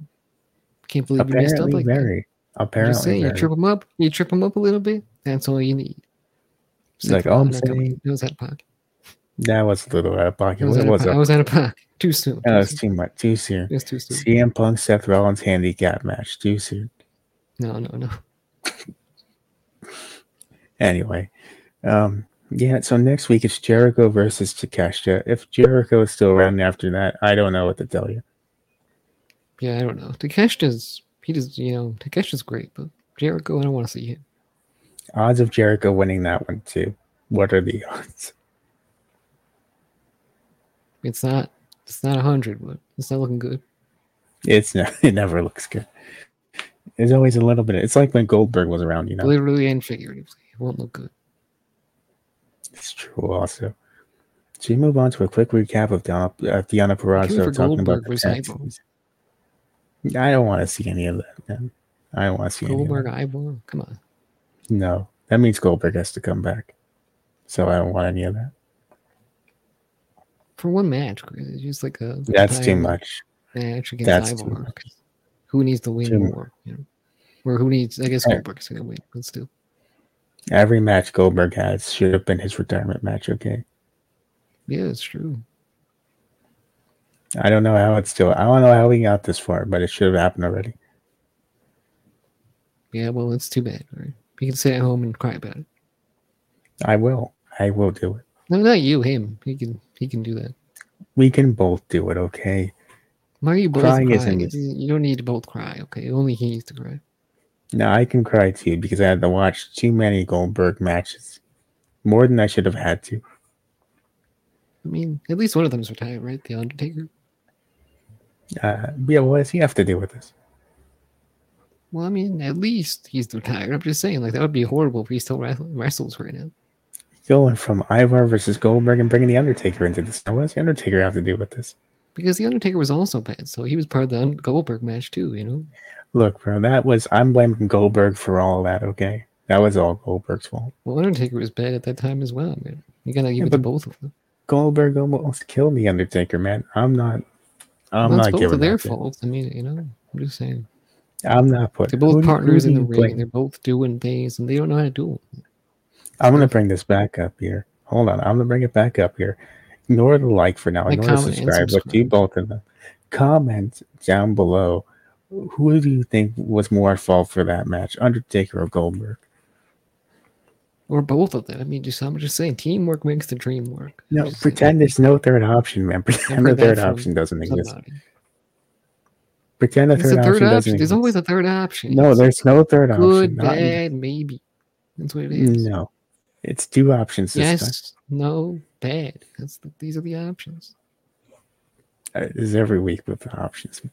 [SPEAKER 2] can't believe you messed up
[SPEAKER 1] apparently
[SPEAKER 2] like that."
[SPEAKER 1] very.
[SPEAKER 2] I'm
[SPEAKER 1] Apparently
[SPEAKER 2] just saying, you
[SPEAKER 1] very.
[SPEAKER 2] trip him up, you trip him up a little bit. That's all you need. Except
[SPEAKER 1] Like,
[SPEAKER 2] for
[SPEAKER 1] all I'm
[SPEAKER 2] Monaco, he
[SPEAKER 1] saying-
[SPEAKER 2] knows how to pocket.
[SPEAKER 1] That was a little out of pocket.
[SPEAKER 2] I was,
[SPEAKER 1] What
[SPEAKER 2] out of,
[SPEAKER 1] was Oh,
[SPEAKER 2] po- I
[SPEAKER 1] up?
[SPEAKER 2] was out of pocket. Too soon.
[SPEAKER 1] That
[SPEAKER 2] too
[SPEAKER 1] was
[SPEAKER 2] soon.
[SPEAKER 1] too much. Too soon.
[SPEAKER 2] It's too soon.
[SPEAKER 1] CM Punk Seth Rollins handicap match. Too soon.
[SPEAKER 2] No, no, no.
[SPEAKER 1] Anyway, um, yeah, so next week it's Jericho versus Takeshita. If Jericho is still around after that, I don't know what to tell you.
[SPEAKER 2] Yeah, I don't know. Takeshita's he does you know Takeshita's great, but Jericho, I don't want to see him.
[SPEAKER 1] Odds of Jericho winning that one, too. What are the odds?
[SPEAKER 2] It's not. It's not a hundred, but it's not looking good.
[SPEAKER 1] It's ne- it never looks good. There's always a little bit. It's like when Goldberg was around, you know.
[SPEAKER 2] Literally and figuratively, it won't look good.
[SPEAKER 1] It's true also. So you move on to a quick recap of Donna, uh, Deanna
[SPEAKER 2] Looking for
[SPEAKER 1] Perazzo talking about
[SPEAKER 2] Goldberg
[SPEAKER 1] the
[SPEAKER 2] was
[SPEAKER 1] tag
[SPEAKER 2] Ivo.
[SPEAKER 1] teams. I don't want to see any of that. Man. I don't want to see
[SPEAKER 2] Goldberg,
[SPEAKER 1] any. Of
[SPEAKER 2] eyeball. Come on.
[SPEAKER 1] that. No, that means Goldberg has to come back. So I don't want any of that.
[SPEAKER 2] For one match, Chris, it's just like a
[SPEAKER 1] That's too
[SPEAKER 2] tired
[SPEAKER 1] much.
[SPEAKER 2] match against
[SPEAKER 1] That's too
[SPEAKER 2] Ivar. Who needs to win
[SPEAKER 1] Too much.
[SPEAKER 2] more? You know? Or who needs? I guess
[SPEAKER 1] Right.
[SPEAKER 2] Goldberg's gonna win, but still,
[SPEAKER 1] Every match Goldberg has should have been his retirement match. Okay.
[SPEAKER 2] yeah, it's true.
[SPEAKER 1] I don't know how it's still. I don't know how he got this far, but it should have happened already.
[SPEAKER 2] Yeah, well, it's too bad. Right? You can sit at home and cry about it.
[SPEAKER 1] I will. I will do it.
[SPEAKER 2] No, not you. Him. He can. He can do that.
[SPEAKER 1] We can both do it, okay?
[SPEAKER 2] Why are you both
[SPEAKER 1] Crying isn't
[SPEAKER 2] crying? It's- You don't need to both cry. Okay, only he needs to cry.
[SPEAKER 1] Now I can cry too because I had to watch too many Goldberg matches, more than I should have had to.
[SPEAKER 2] I mean, at least one of them's retired, right? The Undertaker.
[SPEAKER 1] Uh, yeah, what does he have to do with this?
[SPEAKER 2] Well, I mean, at least he's retired. I'm just saying, like that would be horrible if he still wrestling, wrestles right now.
[SPEAKER 1] Going from Ivar versus Goldberg and bringing the Undertaker into this. Now, what does the Undertaker have to do with this?
[SPEAKER 2] Because the Undertaker was also bad, so he was part of the Un- Goldberg match too. You know,
[SPEAKER 1] Look, bro, that was I'm blaming Goldberg for all that. Okay, that was all Goldberg's fault.
[SPEAKER 2] well, Undertaker was bad at that time as well. Man, you gotta give
[SPEAKER 1] Yeah,
[SPEAKER 2] it to
[SPEAKER 1] but
[SPEAKER 2] both of them.
[SPEAKER 1] Goldberg almost killed the Undertaker, man. I'm not. I'm
[SPEAKER 2] Well, it's
[SPEAKER 1] not
[SPEAKER 2] both
[SPEAKER 1] giving
[SPEAKER 2] of their
[SPEAKER 1] that to-
[SPEAKER 2] fault. I mean, you know, I'm just saying
[SPEAKER 1] I'm not putting.
[SPEAKER 2] they're
[SPEAKER 1] who
[SPEAKER 2] both
[SPEAKER 1] do you- who
[SPEAKER 2] partners
[SPEAKER 1] do
[SPEAKER 2] in the
[SPEAKER 1] you
[SPEAKER 2] ring.
[SPEAKER 1] blame?
[SPEAKER 2] They're both doing things, and they don't know how to do them.
[SPEAKER 1] I'm gonna bring this back up here. Hold on, I'm gonna bring it back up here. Ignore the like for now.
[SPEAKER 2] Like,
[SPEAKER 1] Ignore the
[SPEAKER 2] comment, and
[SPEAKER 1] subscribe. Let's do
[SPEAKER 2] subscribe.
[SPEAKER 1] both of them. Comment down below. Who do you think was more at fault for that match, Undertaker or Goldberg?
[SPEAKER 2] Or both of them. I mean, just I'm just saying, teamwork makes the dream work. I'm
[SPEAKER 1] No,
[SPEAKER 2] just saying,
[SPEAKER 1] pretend there's no third option, man. Pretend the
[SPEAKER 2] heard that
[SPEAKER 1] third
[SPEAKER 2] from
[SPEAKER 1] option doesn't exist.
[SPEAKER 2] somebody.
[SPEAKER 1] Pretend the
[SPEAKER 2] It's a
[SPEAKER 1] third
[SPEAKER 2] third
[SPEAKER 1] option
[SPEAKER 2] option.
[SPEAKER 1] doesn't
[SPEAKER 2] There's always
[SPEAKER 1] exist.
[SPEAKER 2] a third option.
[SPEAKER 1] No,
[SPEAKER 2] It's
[SPEAKER 1] there's no third option.
[SPEAKER 2] good,
[SPEAKER 1] Not- Mm,
[SPEAKER 2] bad, maybe. That's what it is.
[SPEAKER 1] No, it's two options this time.
[SPEAKER 2] yes, no, bad. That's the, these are the options.
[SPEAKER 1] Uh, This is every week with the options, man.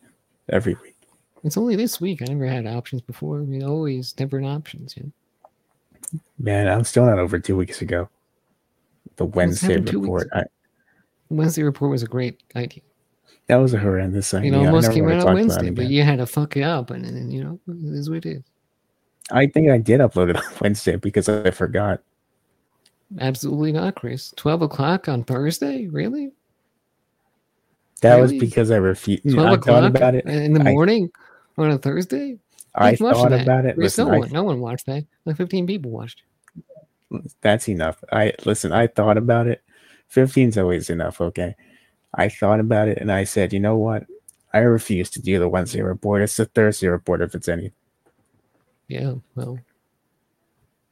[SPEAKER 1] Every week.
[SPEAKER 2] It's only this week. I never had options before. I mean, always different options. You know?
[SPEAKER 1] Man, I'm still not over two weeks ago. The Wednesday
[SPEAKER 2] happened two weeks
[SPEAKER 1] report.
[SPEAKER 2] ago? Wednesday report was a great idea.
[SPEAKER 1] That was a horrendous thing.
[SPEAKER 2] You know,
[SPEAKER 1] yeah, I
[SPEAKER 2] almost
[SPEAKER 1] never
[SPEAKER 2] came
[SPEAKER 1] wanna
[SPEAKER 2] out
[SPEAKER 1] talk
[SPEAKER 2] on
[SPEAKER 1] about it
[SPEAKER 2] Wednesday, but
[SPEAKER 1] again.
[SPEAKER 2] you had to fuck it up, and then you know, it is what it is.
[SPEAKER 1] I think I did upload it on Wednesday because I forgot.
[SPEAKER 2] Absolutely not, Chris. Twelve o'clock on Thursday, really?
[SPEAKER 1] That was
[SPEAKER 2] Really?
[SPEAKER 1] because I refused.
[SPEAKER 2] Twelve
[SPEAKER 1] I thought
[SPEAKER 2] o'clock
[SPEAKER 1] about it.
[SPEAKER 2] in the
[SPEAKER 1] I-
[SPEAKER 2] morning on a Thursday.
[SPEAKER 1] I
[SPEAKER 2] Who's watching
[SPEAKER 1] thought
[SPEAKER 2] that?
[SPEAKER 1] about it.
[SPEAKER 2] There's
[SPEAKER 1] Listen,
[SPEAKER 2] no
[SPEAKER 1] I
[SPEAKER 2] one. No one watched that. Like 15 people watched.
[SPEAKER 1] that's enough. I listen, I thought about it. 15's always enough, okay? I thought about it and I said, you know what? I refuse to do the Wednesday report. It's the Thursday report if it's any.
[SPEAKER 2] Yeah. Well,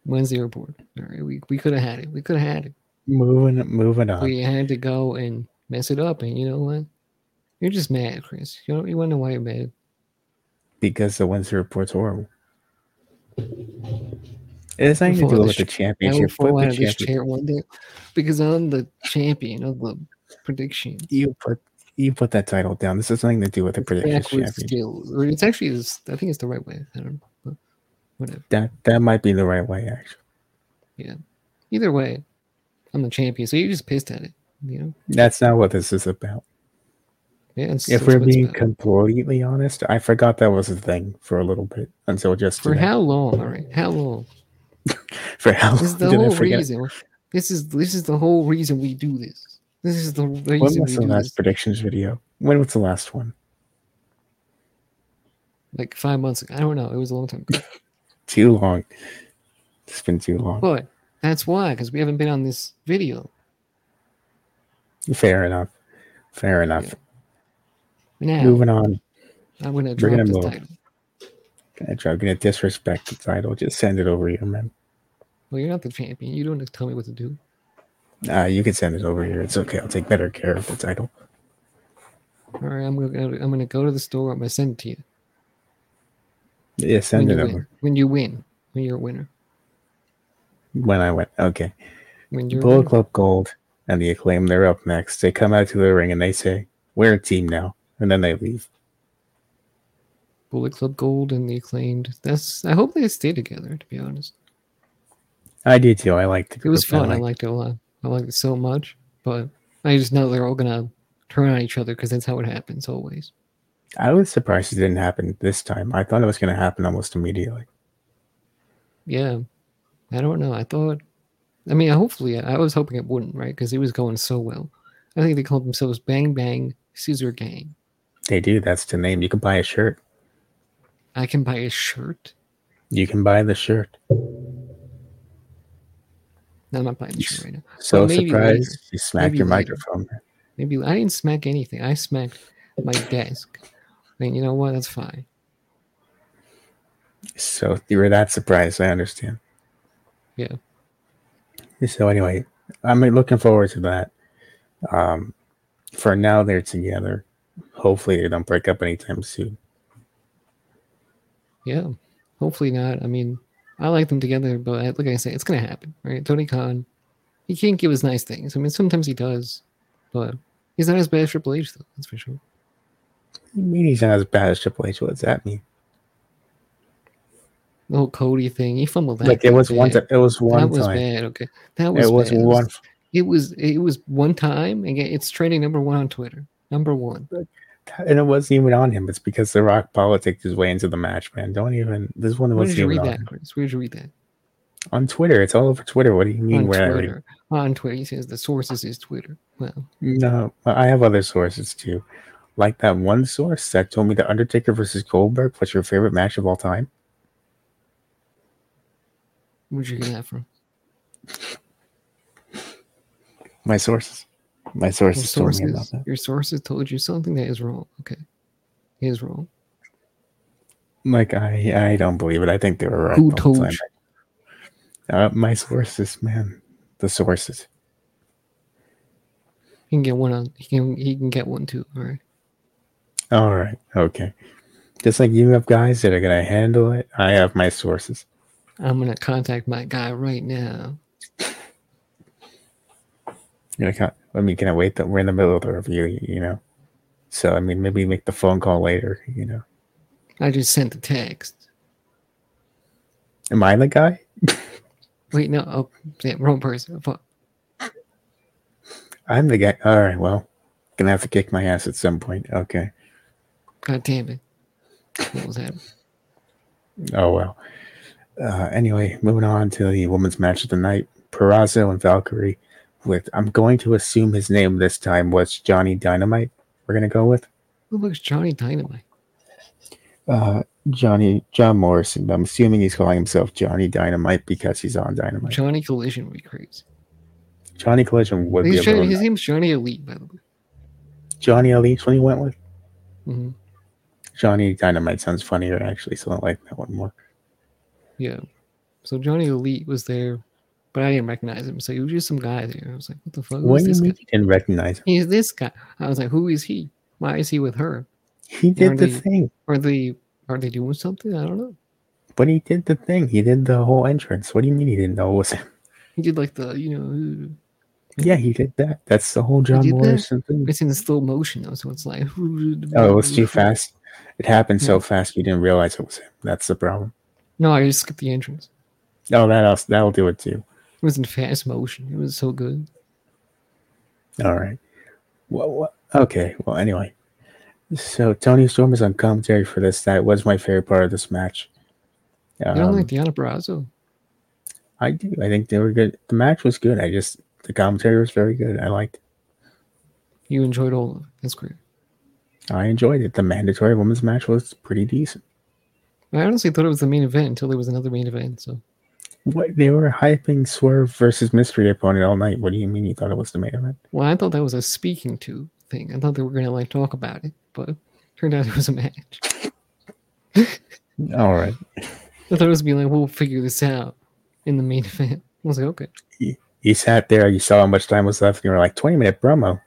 [SPEAKER 2] Wednesday report. All right. We, we could have had it. We could have had it.
[SPEAKER 1] Moving moving on.
[SPEAKER 2] We had to go and mess it up. And you know what? You're just mad, Chris. You don't. You wonder why you're mad.
[SPEAKER 1] because the Wednesday report's horrible. It has nothing to
[SPEAKER 2] Before
[SPEAKER 1] do
[SPEAKER 2] the
[SPEAKER 1] with the
[SPEAKER 2] sh- I will
[SPEAKER 1] championship. Put
[SPEAKER 2] fall
[SPEAKER 1] the
[SPEAKER 2] out of this
[SPEAKER 1] championship
[SPEAKER 2] chair one day because I'm the champion of the prediction.
[SPEAKER 1] you put you put that title down. This has nothing to do with the predictions
[SPEAKER 2] Backwards
[SPEAKER 1] championship.
[SPEAKER 2] skills. Or It's actually. Is, I think it's the right way. I don't know. Whatever.
[SPEAKER 1] That that might be the right way, actually.
[SPEAKER 2] Either way, I'm the champion. So you're just pissed at it. You know.
[SPEAKER 1] That's not what this is about.
[SPEAKER 2] Yeah. It's,
[SPEAKER 1] If
[SPEAKER 2] it's
[SPEAKER 1] we're
[SPEAKER 2] what's
[SPEAKER 1] being
[SPEAKER 2] about.
[SPEAKER 1] completely honest, I forgot that was a thing for a little bit until just
[SPEAKER 2] for
[SPEAKER 1] today.
[SPEAKER 2] how long? All right. How long?
[SPEAKER 1] for how
[SPEAKER 2] This is the
[SPEAKER 1] did I
[SPEAKER 2] whole
[SPEAKER 1] forget?
[SPEAKER 2] reason. This is this is the whole reason we do this. This is the
[SPEAKER 1] When
[SPEAKER 2] reason
[SPEAKER 1] was
[SPEAKER 2] we
[SPEAKER 1] the
[SPEAKER 2] do
[SPEAKER 1] last
[SPEAKER 2] this.
[SPEAKER 1] predictions video? When was the last one?
[SPEAKER 2] Like five months ago. I don't know. It was a long time ago.
[SPEAKER 1] Too long. It's been too long.
[SPEAKER 2] But that's why, because we haven't been on this video.
[SPEAKER 1] Fair enough. Fair enough.
[SPEAKER 2] Now
[SPEAKER 1] Moving on.
[SPEAKER 2] I'm gonna
[SPEAKER 1] we're
[SPEAKER 2] drop
[SPEAKER 1] gonna
[SPEAKER 2] this
[SPEAKER 1] move.
[SPEAKER 2] title.
[SPEAKER 1] I'm gonna disrespect the title. Just send it over here, man.
[SPEAKER 2] Well, you're not the champion. You don't have to tell me what to do.
[SPEAKER 1] Uh, you can send it over here. It's okay. I'll take better care of the title.
[SPEAKER 2] All right, I'm gonna go to, I'm gonna go to the store. I'm gonna send it to you
[SPEAKER 1] Yeah, send
[SPEAKER 2] when
[SPEAKER 1] it
[SPEAKER 2] you
[SPEAKER 1] over
[SPEAKER 2] win. When you win. When you're a winner.
[SPEAKER 1] when I went. Okay.
[SPEAKER 2] When
[SPEAKER 1] The
[SPEAKER 2] you're a
[SPEAKER 1] Bullet
[SPEAKER 2] winner.
[SPEAKER 1] Club Gold and the Acclaim, they're up next. They come out to the ring and they say, We're a team now. And then they leave.
[SPEAKER 2] Bullet Club Gold and the acclaimed. That's. I hope they stay together. To be honest,
[SPEAKER 1] I did too. I liked
[SPEAKER 2] it was
[SPEAKER 1] group. I
[SPEAKER 2] fun. I
[SPEAKER 1] liked-
[SPEAKER 2] liked it a lot. I liked it so much. But I just know they're all gonna turn on each other because that's how it happens always.
[SPEAKER 1] I was surprised it didn't happen this time. I thought it was going to happen almost immediately.
[SPEAKER 2] Yeah, I don't know. I thought. I mean, hopefully, I was hoping it wouldn't, right? Because it was going so well. I think they called themselves Bang Bang Scissor Gang.
[SPEAKER 1] They do. That's the name. You can buy a shirt.
[SPEAKER 2] I can buy a shirt.
[SPEAKER 1] You can buy the shirt.
[SPEAKER 2] No, I'm not buying the shirt right now.
[SPEAKER 1] So
[SPEAKER 2] Well, maybe
[SPEAKER 1] surprised
[SPEAKER 2] later.
[SPEAKER 1] you smacked
[SPEAKER 2] Maybe
[SPEAKER 1] your
[SPEAKER 2] later.
[SPEAKER 1] microphone.
[SPEAKER 2] Maybe I didn't smack anything. I smacked my desk. And you know what? That's fine.
[SPEAKER 1] So you were that surprised. I understand.
[SPEAKER 2] Yeah.
[SPEAKER 1] So anyway, I'm looking forward to that. Um, for now, they're together. Hopefully, they don't break up anytime soon.
[SPEAKER 2] Yeah. Hopefully not. I mean, I like them together, but I- like I say, it's gonna happen, right? Tony Khan, he can't give us nice things. I mean, sometimes he does, but he's not as bad as Triple H, though. That's for sure.
[SPEAKER 1] I mean, he's not as bad as Triple H. What does that mean?
[SPEAKER 2] The whole Cody thing, he fumbled that.
[SPEAKER 1] Like it was
[SPEAKER 2] bad.
[SPEAKER 1] one. Time, it was one
[SPEAKER 2] that was
[SPEAKER 1] time.
[SPEAKER 2] bad. Okay, that was
[SPEAKER 1] It was
[SPEAKER 2] bad.
[SPEAKER 1] one.
[SPEAKER 2] It was it was one time, and yet it's trending number one on Twitter. Number one.
[SPEAKER 1] And it wasn't even on him. It's because The Rock politics his way into the match, man. Don't even. This one
[SPEAKER 2] Where did
[SPEAKER 1] wasn't
[SPEAKER 2] you
[SPEAKER 1] even on.
[SPEAKER 2] read that, Chris? Where did you read that?
[SPEAKER 1] on Twitter. It's all over Twitter. What do you mean?
[SPEAKER 2] on
[SPEAKER 1] where I read?
[SPEAKER 2] Twitter. On Twitter, he says the sources is Twitter. Well,
[SPEAKER 1] No, I have other sources too. Like that one source that told me The Undertaker versus Goldberg was your favorite match of all time.
[SPEAKER 2] where'd you get that from?
[SPEAKER 1] My sources. My
[SPEAKER 2] Your
[SPEAKER 1] sources told me about
[SPEAKER 2] sources,
[SPEAKER 1] that.
[SPEAKER 2] your sources told you something that is wrong. Okay, he is wrong.
[SPEAKER 1] Like I, I don't believe it. I think they were right.
[SPEAKER 2] Who
[SPEAKER 1] the whole
[SPEAKER 2] told
[SPEAKER 1] time.
[SPEAKER 2] you?
[SPEAKER 1] Uh, my sources, man. The sources.
[SPEAKER 2] He can get one on. He can. He can get one too. All right.
[SPEAKER 1] All right. Okay. Just like you have guys that are gonna handle it. I have my sources.
[SPEAKER 2] I'm gonna contact my guy right now.
[SPEAKER 1] You know, can I, I mean, can I wait? That we're in the middle of the review. You, you know. So I mean, maybe make the phone call later. You know.
[SPEAKER 2] I just sent the text.
[SPEAKER 1] Am I the guy?
[SPEAKER 2] Wait, no. Oh, yeah, wrong person. Fuck.
[SPEAKER 1] I'm the guy. All right. Well, gonna have to kick my ass at some point. Okay.
[SPEAKER 2] God damn it. What was that?
[SPEAKER 1] Oh well. Uh, anyway, moving on to the women's match of the night: Perazzo and Valkyrie. With I'm going to assume his name this time was Johnny Dynamite. We're gonna go with.
[SPEAKER 2] Who looks Johnny Dynamite?
[SPEAKER 1] Uh, Johnny John Morrison, but I'm assuming he's calling himself Johnny Dynamite because he's on Dynamite.
[SPEAKER 2] Johnny Collision would be crazy.
[SPEAKER 1] Johnny Collision would be a
[SPEAKER 2] He's Johnny,
[SPEAKER 1] little
[SPEAKER 2] his name's Johnny Elite, by the way.
[SPEAKER 1] Johnny Elite's when he went with
[SPEAKER 2] hmm
[SPEAKER 1] Johnny Dynamite sounds funnier actually, so I like that one more.
[SPEAKER 2] Yeah. So Johnny Elite was there, but I didn't recognize him. So he was just some guy there. I was like, what the fuck
[SPEAKER 1] What
[SPEAKER 2] is
[SPEAKER 1] do
[SPEAKER 2] this
[SPEAKER 1] you
[SPEAKER 2] guy?
[SPEAKER 1] mean you didn't recognize him?
[SPEAKER 2] He's this guy. I was like, who is he? Why is he with her?
[SPEAKER 1] He did the
[SPEAKER 2] Johnny-
[SPEAKER 1] thing.
[SPEAKER 2] Are they are they doing something? I don't know.
[SPEAKER 1] But he did the thing. He did the whole entrance. What do you mean he didn't know it was him?
[SPEAKER 2] He did like the you know
[SPEAKER 1] Yeah, he did that. That's the whole John
[SPEAKER 2] did that?
[SPEAKER 1] Morrison thing.
[SPEAKER 2] it's in slow motion though, so it's like
[SPEAKER 1] Oh, it was too fast. It happened so
[SPEAKER 2] Yeah.
[SPEAKER 1] fast you didn't realize it was him. That's the problem.
[SPEAKER 2] No, I just skipped the entrance.
[SPEAKER 1] Oh, that else that'll do it too.
[SPEAKER 2] It was in fast motion. It was so good.
[SPEAKER 1] All right. Well, what? Okay. Well, anyway. So Tony Storm is on commentary for this. That was my favorite part of this match.
[SPEAKER 2] I don't
[SPEAKER 1] Um,
[SPEAKER 2] like Deanna Brazo.
[SPEAKER 1] I do. I think they were good. The match was good. I just the commentary was very good. I liked. It.
[SPEAKER 2] You enjoyed all of it. That's great.
[SPEAKER 1] I enjoyed it. The mandatory women's match was pretty decent.
[SPEAKER 2] I honestly thought it was the main event until there was another main event. So
[SPEAKER 1] What they were hyping Swerve versus Mystery opponent all night. What do you mean you thought it was the main event?
[SPEAKER 2] well, I thought that was a speaking to thing. I thought they were gonna like talk about it, but turned out it was a match.
[SPEAKER 1] All right.
[SPEAKER 2] I thought it was being like, we'll figure this out in the main event. I was like, okay.
[SPEAKER 1] You sat there. You saw how much time was left. And you were like, twenty minute promo.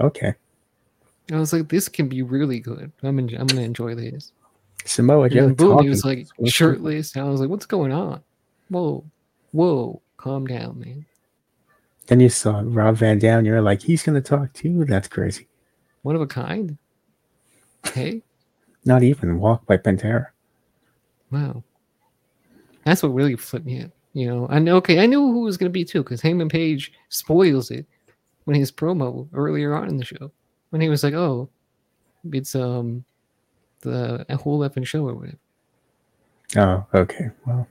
[SPEAKER 1] Okay.
[SPEAKER 2] I was like, this can be really good. I'm en- I'm gonna enjoy this.
[SPEAKER 1] Samoa
[SPEAKER 2] And
[SPEAKER 1] Joe
[SPEAKER 2] then boom, he
[SPEAKER 1] talking.
[SPEAKER 2] was like
[SPEAKER 1] What's-
[SPEAKER 2] shirtless. And I was like, what's going on? Whoa, whoa, calm down, man.
[SPEAKER 1] Then you saw Rob Van Dam. You're like, he's gonna talk too. That's crazy.
[SPEAKER 2] One of a kind. Hey,
[SPEAKER 1] Not even walk by Pantera.
[SPEAKER 2] wow. That's what really flipped me out. You know, I know. Okay, I knew who it was gonna be too, because Hangman Page spoils it when his promo earlier on in the show when he was like, oh, it's um the a whole effing show or whatever.
[SPEAKER 1] Oh, okay. Well,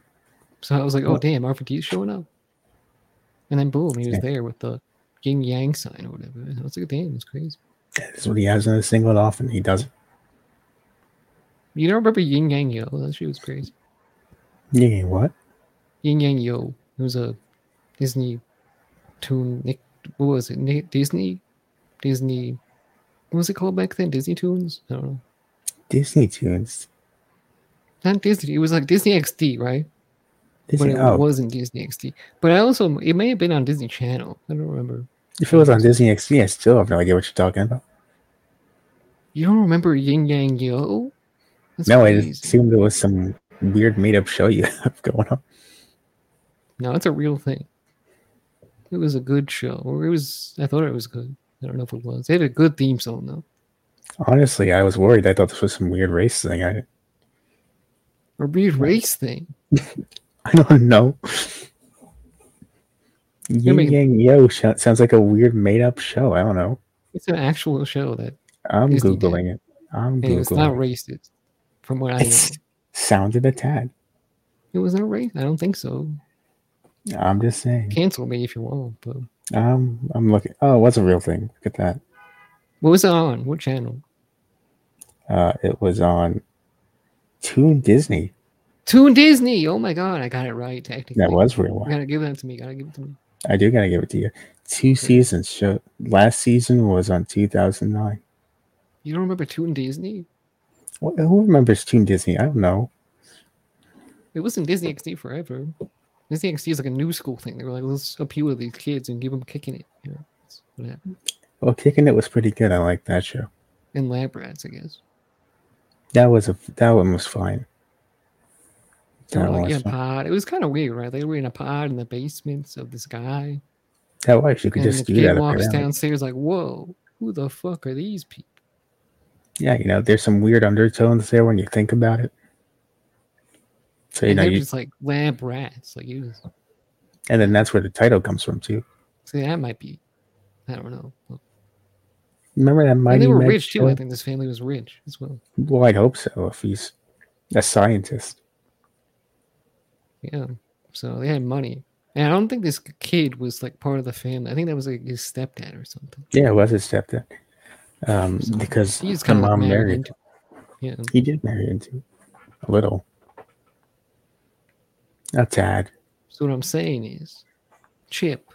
[SPEAKER 2] So I was like, oh,
[SPEAKER 1] Well-
[SPEAKER 2] damn, RVD's showing up. And then boom, he was
[SPEAKER 1] Yeah.
[SPEAKER 2] there with the yin yang sign or whatever. And I was like, damn, it's crazy.
[SPEAKER 1] that's what he has in a single off, and he doesn't.
[SPEAKER 2] You don't remember yin yang yo? That shit was crazy.
[SPEAKER 1] Yeah, what?
[SPEAKER 2] Yin yang yo. It was a Disney tune. Nick, what was it? Nick, Disney? Disney. What was it called back then? Disney tunes? I don't know.
[SPEAKER 1] Disney tunes.
[SPEAKER 2] Not Disney. It was like Disney XD, right?
[SPEAKER 1] Disney.
[SPEAKER 2] But it
[SPEAKER 1] Oh,
[SPEAKER 2] wasn't Disney XD. But I also, it may have been on Disney Channel. I don't remember.
[SPEAKER 1] if it was on Disney XD, I still have no idea what you're talking about.
[SPEAKER 2] You don't remember yin yang yo? That's
[SPEAKER 1] no, I
[SPEAKER 2] crazy.
[SPEAKER 1] just assumed it was some weird made-up show you have going on.
[SPEAKER 2] No, it's a real thing. It was a good show. Or it was I thought it was good. I don't know if it was. They had a good theme song though.
[SPEAKER 1] Honestly, I was worried. I thought this was some weird race thing. I,
[SPEAKER 2] A weird race thing.
[SPEAKER 1] I don't know. Yin
[SPEAKER 2] mean-
[SPEAKER 1] Yang Yo sh- sounds like a weird made-up show. I don't know.
[SPEAKER 2] It's an actual show that
[SPEAKER 1] I'm
[SPEAKER 2] Disney did.
[SPEAKER 1] googling it. I'm
[SPEAKER 2] hey, it's not
[SPEAKER 1] googling.
[SPEAKER 2] racist. From what I
[SPEAKER 1] It.
[SPEAKER 2] know.
[SPEAKER 1] It's sounded a tad.
[SPEAKER 2] It was not racist. I don't think so.
[SPEAKER 1] I'm just saying.
[SPEAKER 2] Cancel me if you want, but
[SPEAKER 1] Um, I'm looking. Oh, it was a real thing. Look at that.
[SPEAKER 2] what was it on? What channel?
[SPEAKER 1] Uh, it was on Toon Disney.
[SPEAKER 2] Toon Disney. Oh my god, I got it right technically.
[SPEAKER 1] That was real.
[SPEAKER 2] You
[SPEAKER 1] One.
[SPEAKER 2] gotta give that to me. Gotta give it to me.
[SPEAKER 1] I do gotta give it to you. Two seasons. Show last season was on 2009.
[SPEAKER 2] You don't remember Toon Disney?
[SPEAKER 1] Wh- Who remembers Toon Disney? I don't know.
[SPEAKER 2] It wasn't Disney XD forever. Disney XD is like a new school thing. They were like, let's appeal to these kids and give them kicking it. You know, that's what happened.
[SPEAKER 1] Well, Kicking It was pretty good. I like that show.
[SPEAKER 2] and lab rats, I guess.
[SPEAKER 1] That was a that one was fine.
[SPEAKER 2] They were
[SPEAKER 1] That
[SPEAKER 2] like
[SPEAKER 1] was
[SPEAKER 2] in a
[SPEAKER 1] fine.
[SPEAKER 2] pod. It was kind of weird, right? They were in a pod in the basements of this guy,
[SPEAKER 1] That was you could
[SPEAKER 2] and
[SPEAKER 1] just
[SPEAKER 2] the
[SPEAKER 1] do that.
[SPEAKER 2] kid walks
[SPEAKER 1] apparently.
[SPEAKER 2] downstairs like, "Whoa, who the fuck are these people?"
[SPEAKER 1] Yeah, you know, there's some weird undertones there when you think about it. So you
[SPEAKER 2] and
[SPEAKER 1] know,
[SPEAKER 2] they're
[SPEAKER 1] you,
[SPEAKER 2] just like lab rats. Like you just-
[SPEAKER 1] and then that's where the title comes from too.
[SPEAKER 2] see, that might be. I don't know.
[SPEAKER 1] Remember that
[SPEAKER 2] and
[SPEAKER 1] Mighty
[SPEAKER 2] they were
[SPEAKER 1] Meg
[SPEAKER 2] rich too.
[SPEAKER 1] show?
[SPEAKER 2] I think this family was rich as well.
[SPEAKER 1] Well, I'd hope so if he's a scientist.
[SPEAKER 2] Yeah, so they had money. And I don't think this kid was like part of the family. I think that was like his stepdad or something.
[SPEAKER 1] Yeah, it was his stepdad. Um, because
[SPEAKER 2] He's
[SPEAKER 1] the
[SPEAKER 2] kind of
[SPEAKER 1] mom
[SPEAKER 2] like married.
[SPEAKER 1] married.
[SPEAKER 2] into- Yeah,
[SPEAKER 1] He did marry into. A little. A tad.
[SPEAKER 2] So what I'm saying is, Chip,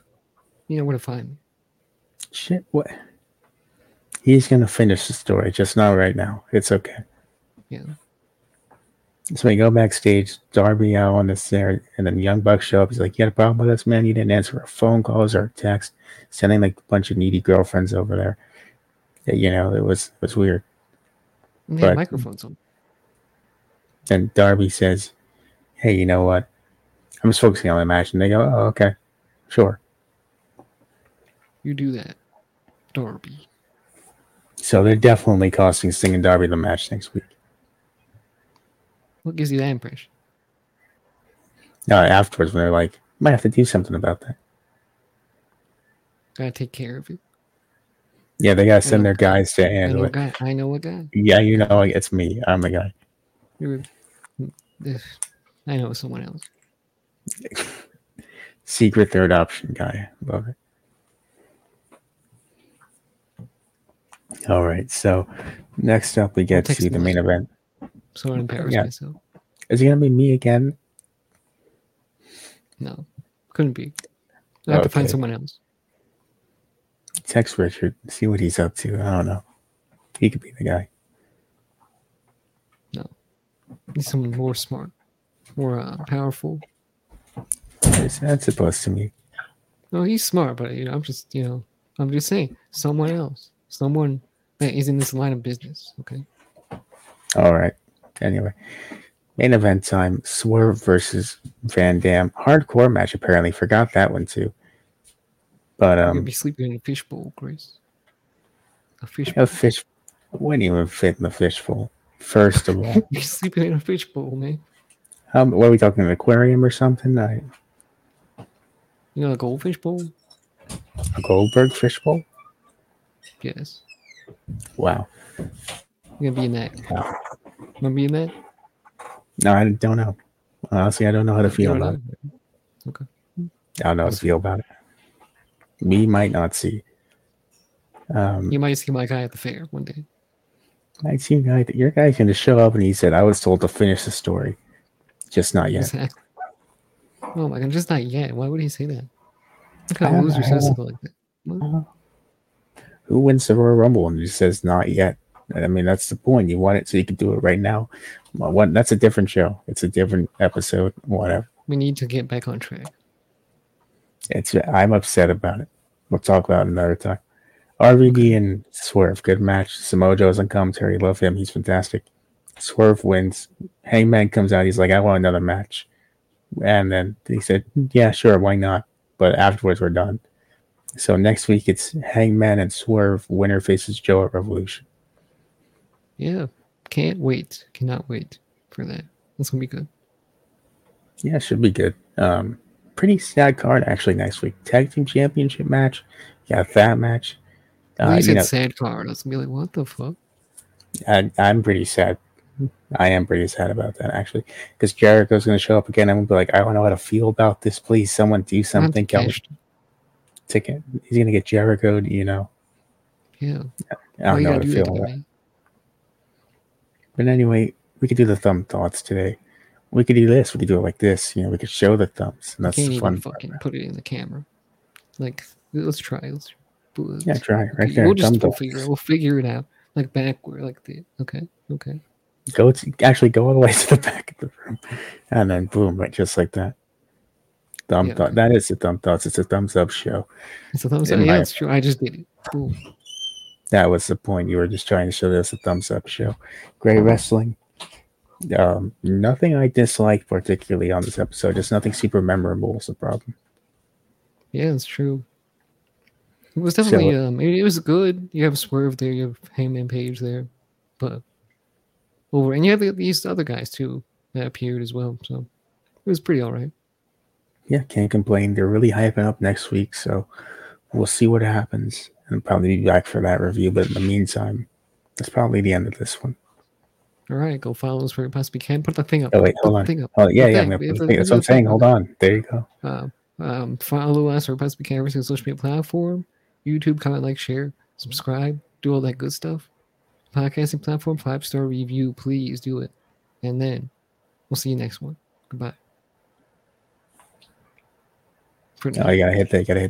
[SPEAKER 2] you know where to find me.
[SPEAKER 1] Shit, what? He's going to finish the story, just not right now. It's okay.
[SPEAKER 2] Yeah.
[SPEAKER 1] So we go backstage, Darby out on the there, and then Young Buck show up. He's like, You had a problem with us, man? You didn't answer our phone calls or text, sending like a bunch of needy girlfriends over there. Yeah, You know, it was it was weird.
[SPEAKER 2] And they have
[SPEAKER 1] Right.
[SPEAKER 2] microphones on.
[SPEAKER 1] Then Darby says, Hey, you know what? I'm just focusing on the match. And they go, Oh, okay. Sure.
[SPEAKER 2] You do that, Darby.
[SPEAKER 1] So they're definitely costing Sting and Darby the match next week.
[SPEAKER 2] What gives you that impression?
[SPEAKER 1] Uh, afterwards, when they're like, might have to do something about that.
[SPEAKER 2] Gotta take care of it.
[SPEAKER 1] Yeah, they gotta send their guys to
[SPEAKER 2] I
[SPEAKER 1] handle
[SPEAKER 2] know a
[SPEAKER 1] it.
[SPEAKER 2] guy. I know a guy.
[SPEAKER 1] Yeah, you know, like, it's me. I'm the guy.
[SPEAKER 2] You're, Ugh. I know someone else.
[SPEAKER 1] Secret third option guy. Love it. All right. So next up, we get
[SPEAKER 2] take
[SPEAKER 1] to the
[SPEAKER 2] some
[SPEAKER 1] main
[SPEAKER 2] left.
[SPEAKER 1] event.
[SPEAKER 2] So I embarrass
[SPEAKER 1] Yeah.
[SPEAKER 2] myself.
[SPEAKER 1] Is it gonna be me again?
[SPEAKER 2] No, couldn't be. I have to find
[SPEAKER 1] Okay.
[SPEAKER 2] someone else.
[SPEAKER 1] Text Richard. See what he's up to. I don't know. He could be the guy.
[SPEAKER 2] Need someone more smart, more uh, powerful.
[SPEAKER 1] Is that supposed to be?
[SPEAKER 2] No, he's smart, but you know, I'm just, you know, I'm just saying, someone else, someone that is in this line of business. Okay,
[SPEAKER 1] All right. Anyway, main event time: Swerve versus Van Dam. Hardcore match. Apparently, forgot that one too. But
[SPEAKER 2] you're gonna
[SPEAKER 1] um,
[SPEAKER 2] be sleeping in a fishbowl, Chris. A fishbowl.
[SPEAKER 1] a fish wouldn't even fit in the fishbowl. First of all,
[SPEAKER 2] You're sleeping in a fishbowl, man.
[SPEAKER 1] how, what are we talking? An aquarium or something? I,
[SPEAKER 2] You know, a goldfish bowl.
[SPEAKER 1] a Goldberg fishbowl?
[SPEAKER 2] Yes,
[SPEAKER 1] Wow.
[SPEAKER 2] you're gonna be in that.
[SPEAKER 1] Wow.
[SPEAKER 2] Gonna be in that.
[SPEAKER 1] No, I don't know. Honestly, I don't know how to
[SPEAKER 2] You
[SPEAKER 1] feel
[SPEAKER 2] don't
[SPEAKER 1] about it.
[SPEAKER 2] know.
[SPEAKER 1] I don't know how to feel about it. We might not see. Um,
[SPEAKER 2] You might see my guy at the fair one day.
[SPEAKER 1] I see you guy. Your guy's gonna show up, and he said, "I was told to finish the story, just not yet."
[SPEAKER 2] Exactly. Oh my god, just not yet. Why would he say that? What
[SPEAKER 1] I
[SPEAKER 2] kind of
[SPEAKER 1] don't
[SPEAKER 2] loser
[SPEAKER 1] know.
[SPEAKER 2] says something like that? Well,
[SPEAKER 1] Who wins the Royal Rumble and just says not yet? I mean, that's the point. You want it so you can do it right now. Well, what, that's a different show. It's a different episode. Whatever.
[SPEAKER 2] we need to get back on track.
[SPEAKER 1] It's I'm upset about it. We'll talk about it another time. RVD and Swerve, good match. Samojo's on commentary. Love him. He's fantastic. Swerve wins. Hangman comes out. He's like, I want another match. And then he said, Yeah, sure, why not? But afterwards, we're done. So next week, it's Hangman and Swerve. Winner faces Joe at Revolution.
[SPEAKER 2] Yeah. Can't wait. Cannot wait for that. That's gonna be good.
[SPEAKER 1] Yeah, should be good. Um, pretty sad card actually next week. Tag team championship match. Yeah, that match.
[SPEAKER 2] when
[SPEAKER 1] Uh,
[SPEAKER 2] you
[SPEAKER 1] you
[SPEAKER 2] said
[SPEAKER 1] know,
[SPEAKER 2] sad card, I was gonna be like, what the fuck?
[SPEAKER 1] I, I'm pretty sad. I am pretty sad about that actually, because Jericho's going to show up again. I'm going to be like, I don't know how to feel about this. Please, someone do
[SPEAKER 2] Not
[SPEAKER 1] something. Kelvin
[SPEAKER 2] cashed.
[SPEAKER 1] ticket. He's going to get Jerichoed. You know,
[SPEAKER 2] Yeah.
[SPEAKER 1] I don't
[SPEAKER 2] Why you
[SPEAKER 1] know how
[SPEAKER 2] gotta
[SPEAKER 1] to
[SPEAKER 2] do
[SPEAKER 1] feel
[SPEAKER 2] that to
[SPEAKER 1] about it.
[SPEAKER 2] me?
[SPEAKER 1] But anyway, we could do the thumb thoughts today. We could do this. We could do it like this. You know, we could show the thumbs, and
[SPEAKER 2] You
[SPEAKER 1] that's
[SPEAKER 2] can't
[SPEAKER 1] the
[SPEAKER 2] even
[SPEAKER 1] fun. part.
[SPEAKER 2] fucking put it in the camera. Like let's try. Let's, let's
[SPEAKER 1] Yeah, try it right there.
[SPEAKER 2] We'll
[SPEAKER 1] thumb
[SPEAKER 2] just we'll
[SPEAKER 1] thoughts.
[SPEAKER 2] figure it. We'll figure it out. Like backward, like the okay, okay.
[SPEAKER 1] go to actually go all the way to the back of the room and then boom right just like that thumb
[SPEAKER 2] Yeah.
[SPEAKER 1] thought that is the thumb thoughts it's a thumbs up show
[SPEAKER 2] It's a thumbs
[SPEAKER 1] It
[SPEAKER 2] up. Yeah,
[SPEAKER 1] might-
[SPEAKER 2] that's true. I just did it. Boom.
[SPEAKER 1] that was the point you were just trying to show this a thumbs up show great wrestling um nothing i disliked particularly on this episode just nothing super memorable was the problem
[SPEAKER 2] Yeah, it's true. It was
[SPEAKER 1] So-
[SPEAKER 2] definitely um it, it was good. You have Swerve there, you have Hangman Page there, but over and you have the, these other guys too that appeared as well. So it was pretty all right.
[SPEAKER 1] yeah can't complain they're really hyping up next week so we'll see what happens and probably be back for that review but in the meantime that's probably the end of this one.
[SPEAKER 2] All right, go follow us where you possibly can. Put the thing up.
[SPEAKER 1] Oh wait,
[SPEAKER 2] put
[SPEAKER 1] hold
[SPEAKER 2] the
[SPEAKER 1] on.
[SPEAKER 2] thing up.
[SPEAKER 1] Oh yeah, yeah. I'm gonna
[SPEAKER 2] Okay, we
[SPEAKER 1] put
[SPEAKER 2] have
[SPEAKER 1] the
[SPEAKER 2] to-
[SPEAKER 1] thing-
[SPEAKER 2] we
[SPEAKER 1] That's what I'm
[SPEAKER 2] have to-
[SPEAKER 1] saying. Hold on. There you go.
[SPEAKER 2] Um, um, follow us where you possibly can every single social media platform. YouTube, comment, like, share, subscribe, do all that good stuff. Podcasting platform, five star review, please do it. And then We'll see you next one. Goodbye.
[SPEAKER 1] No, I Oh, gotta hit that. Gotta hit.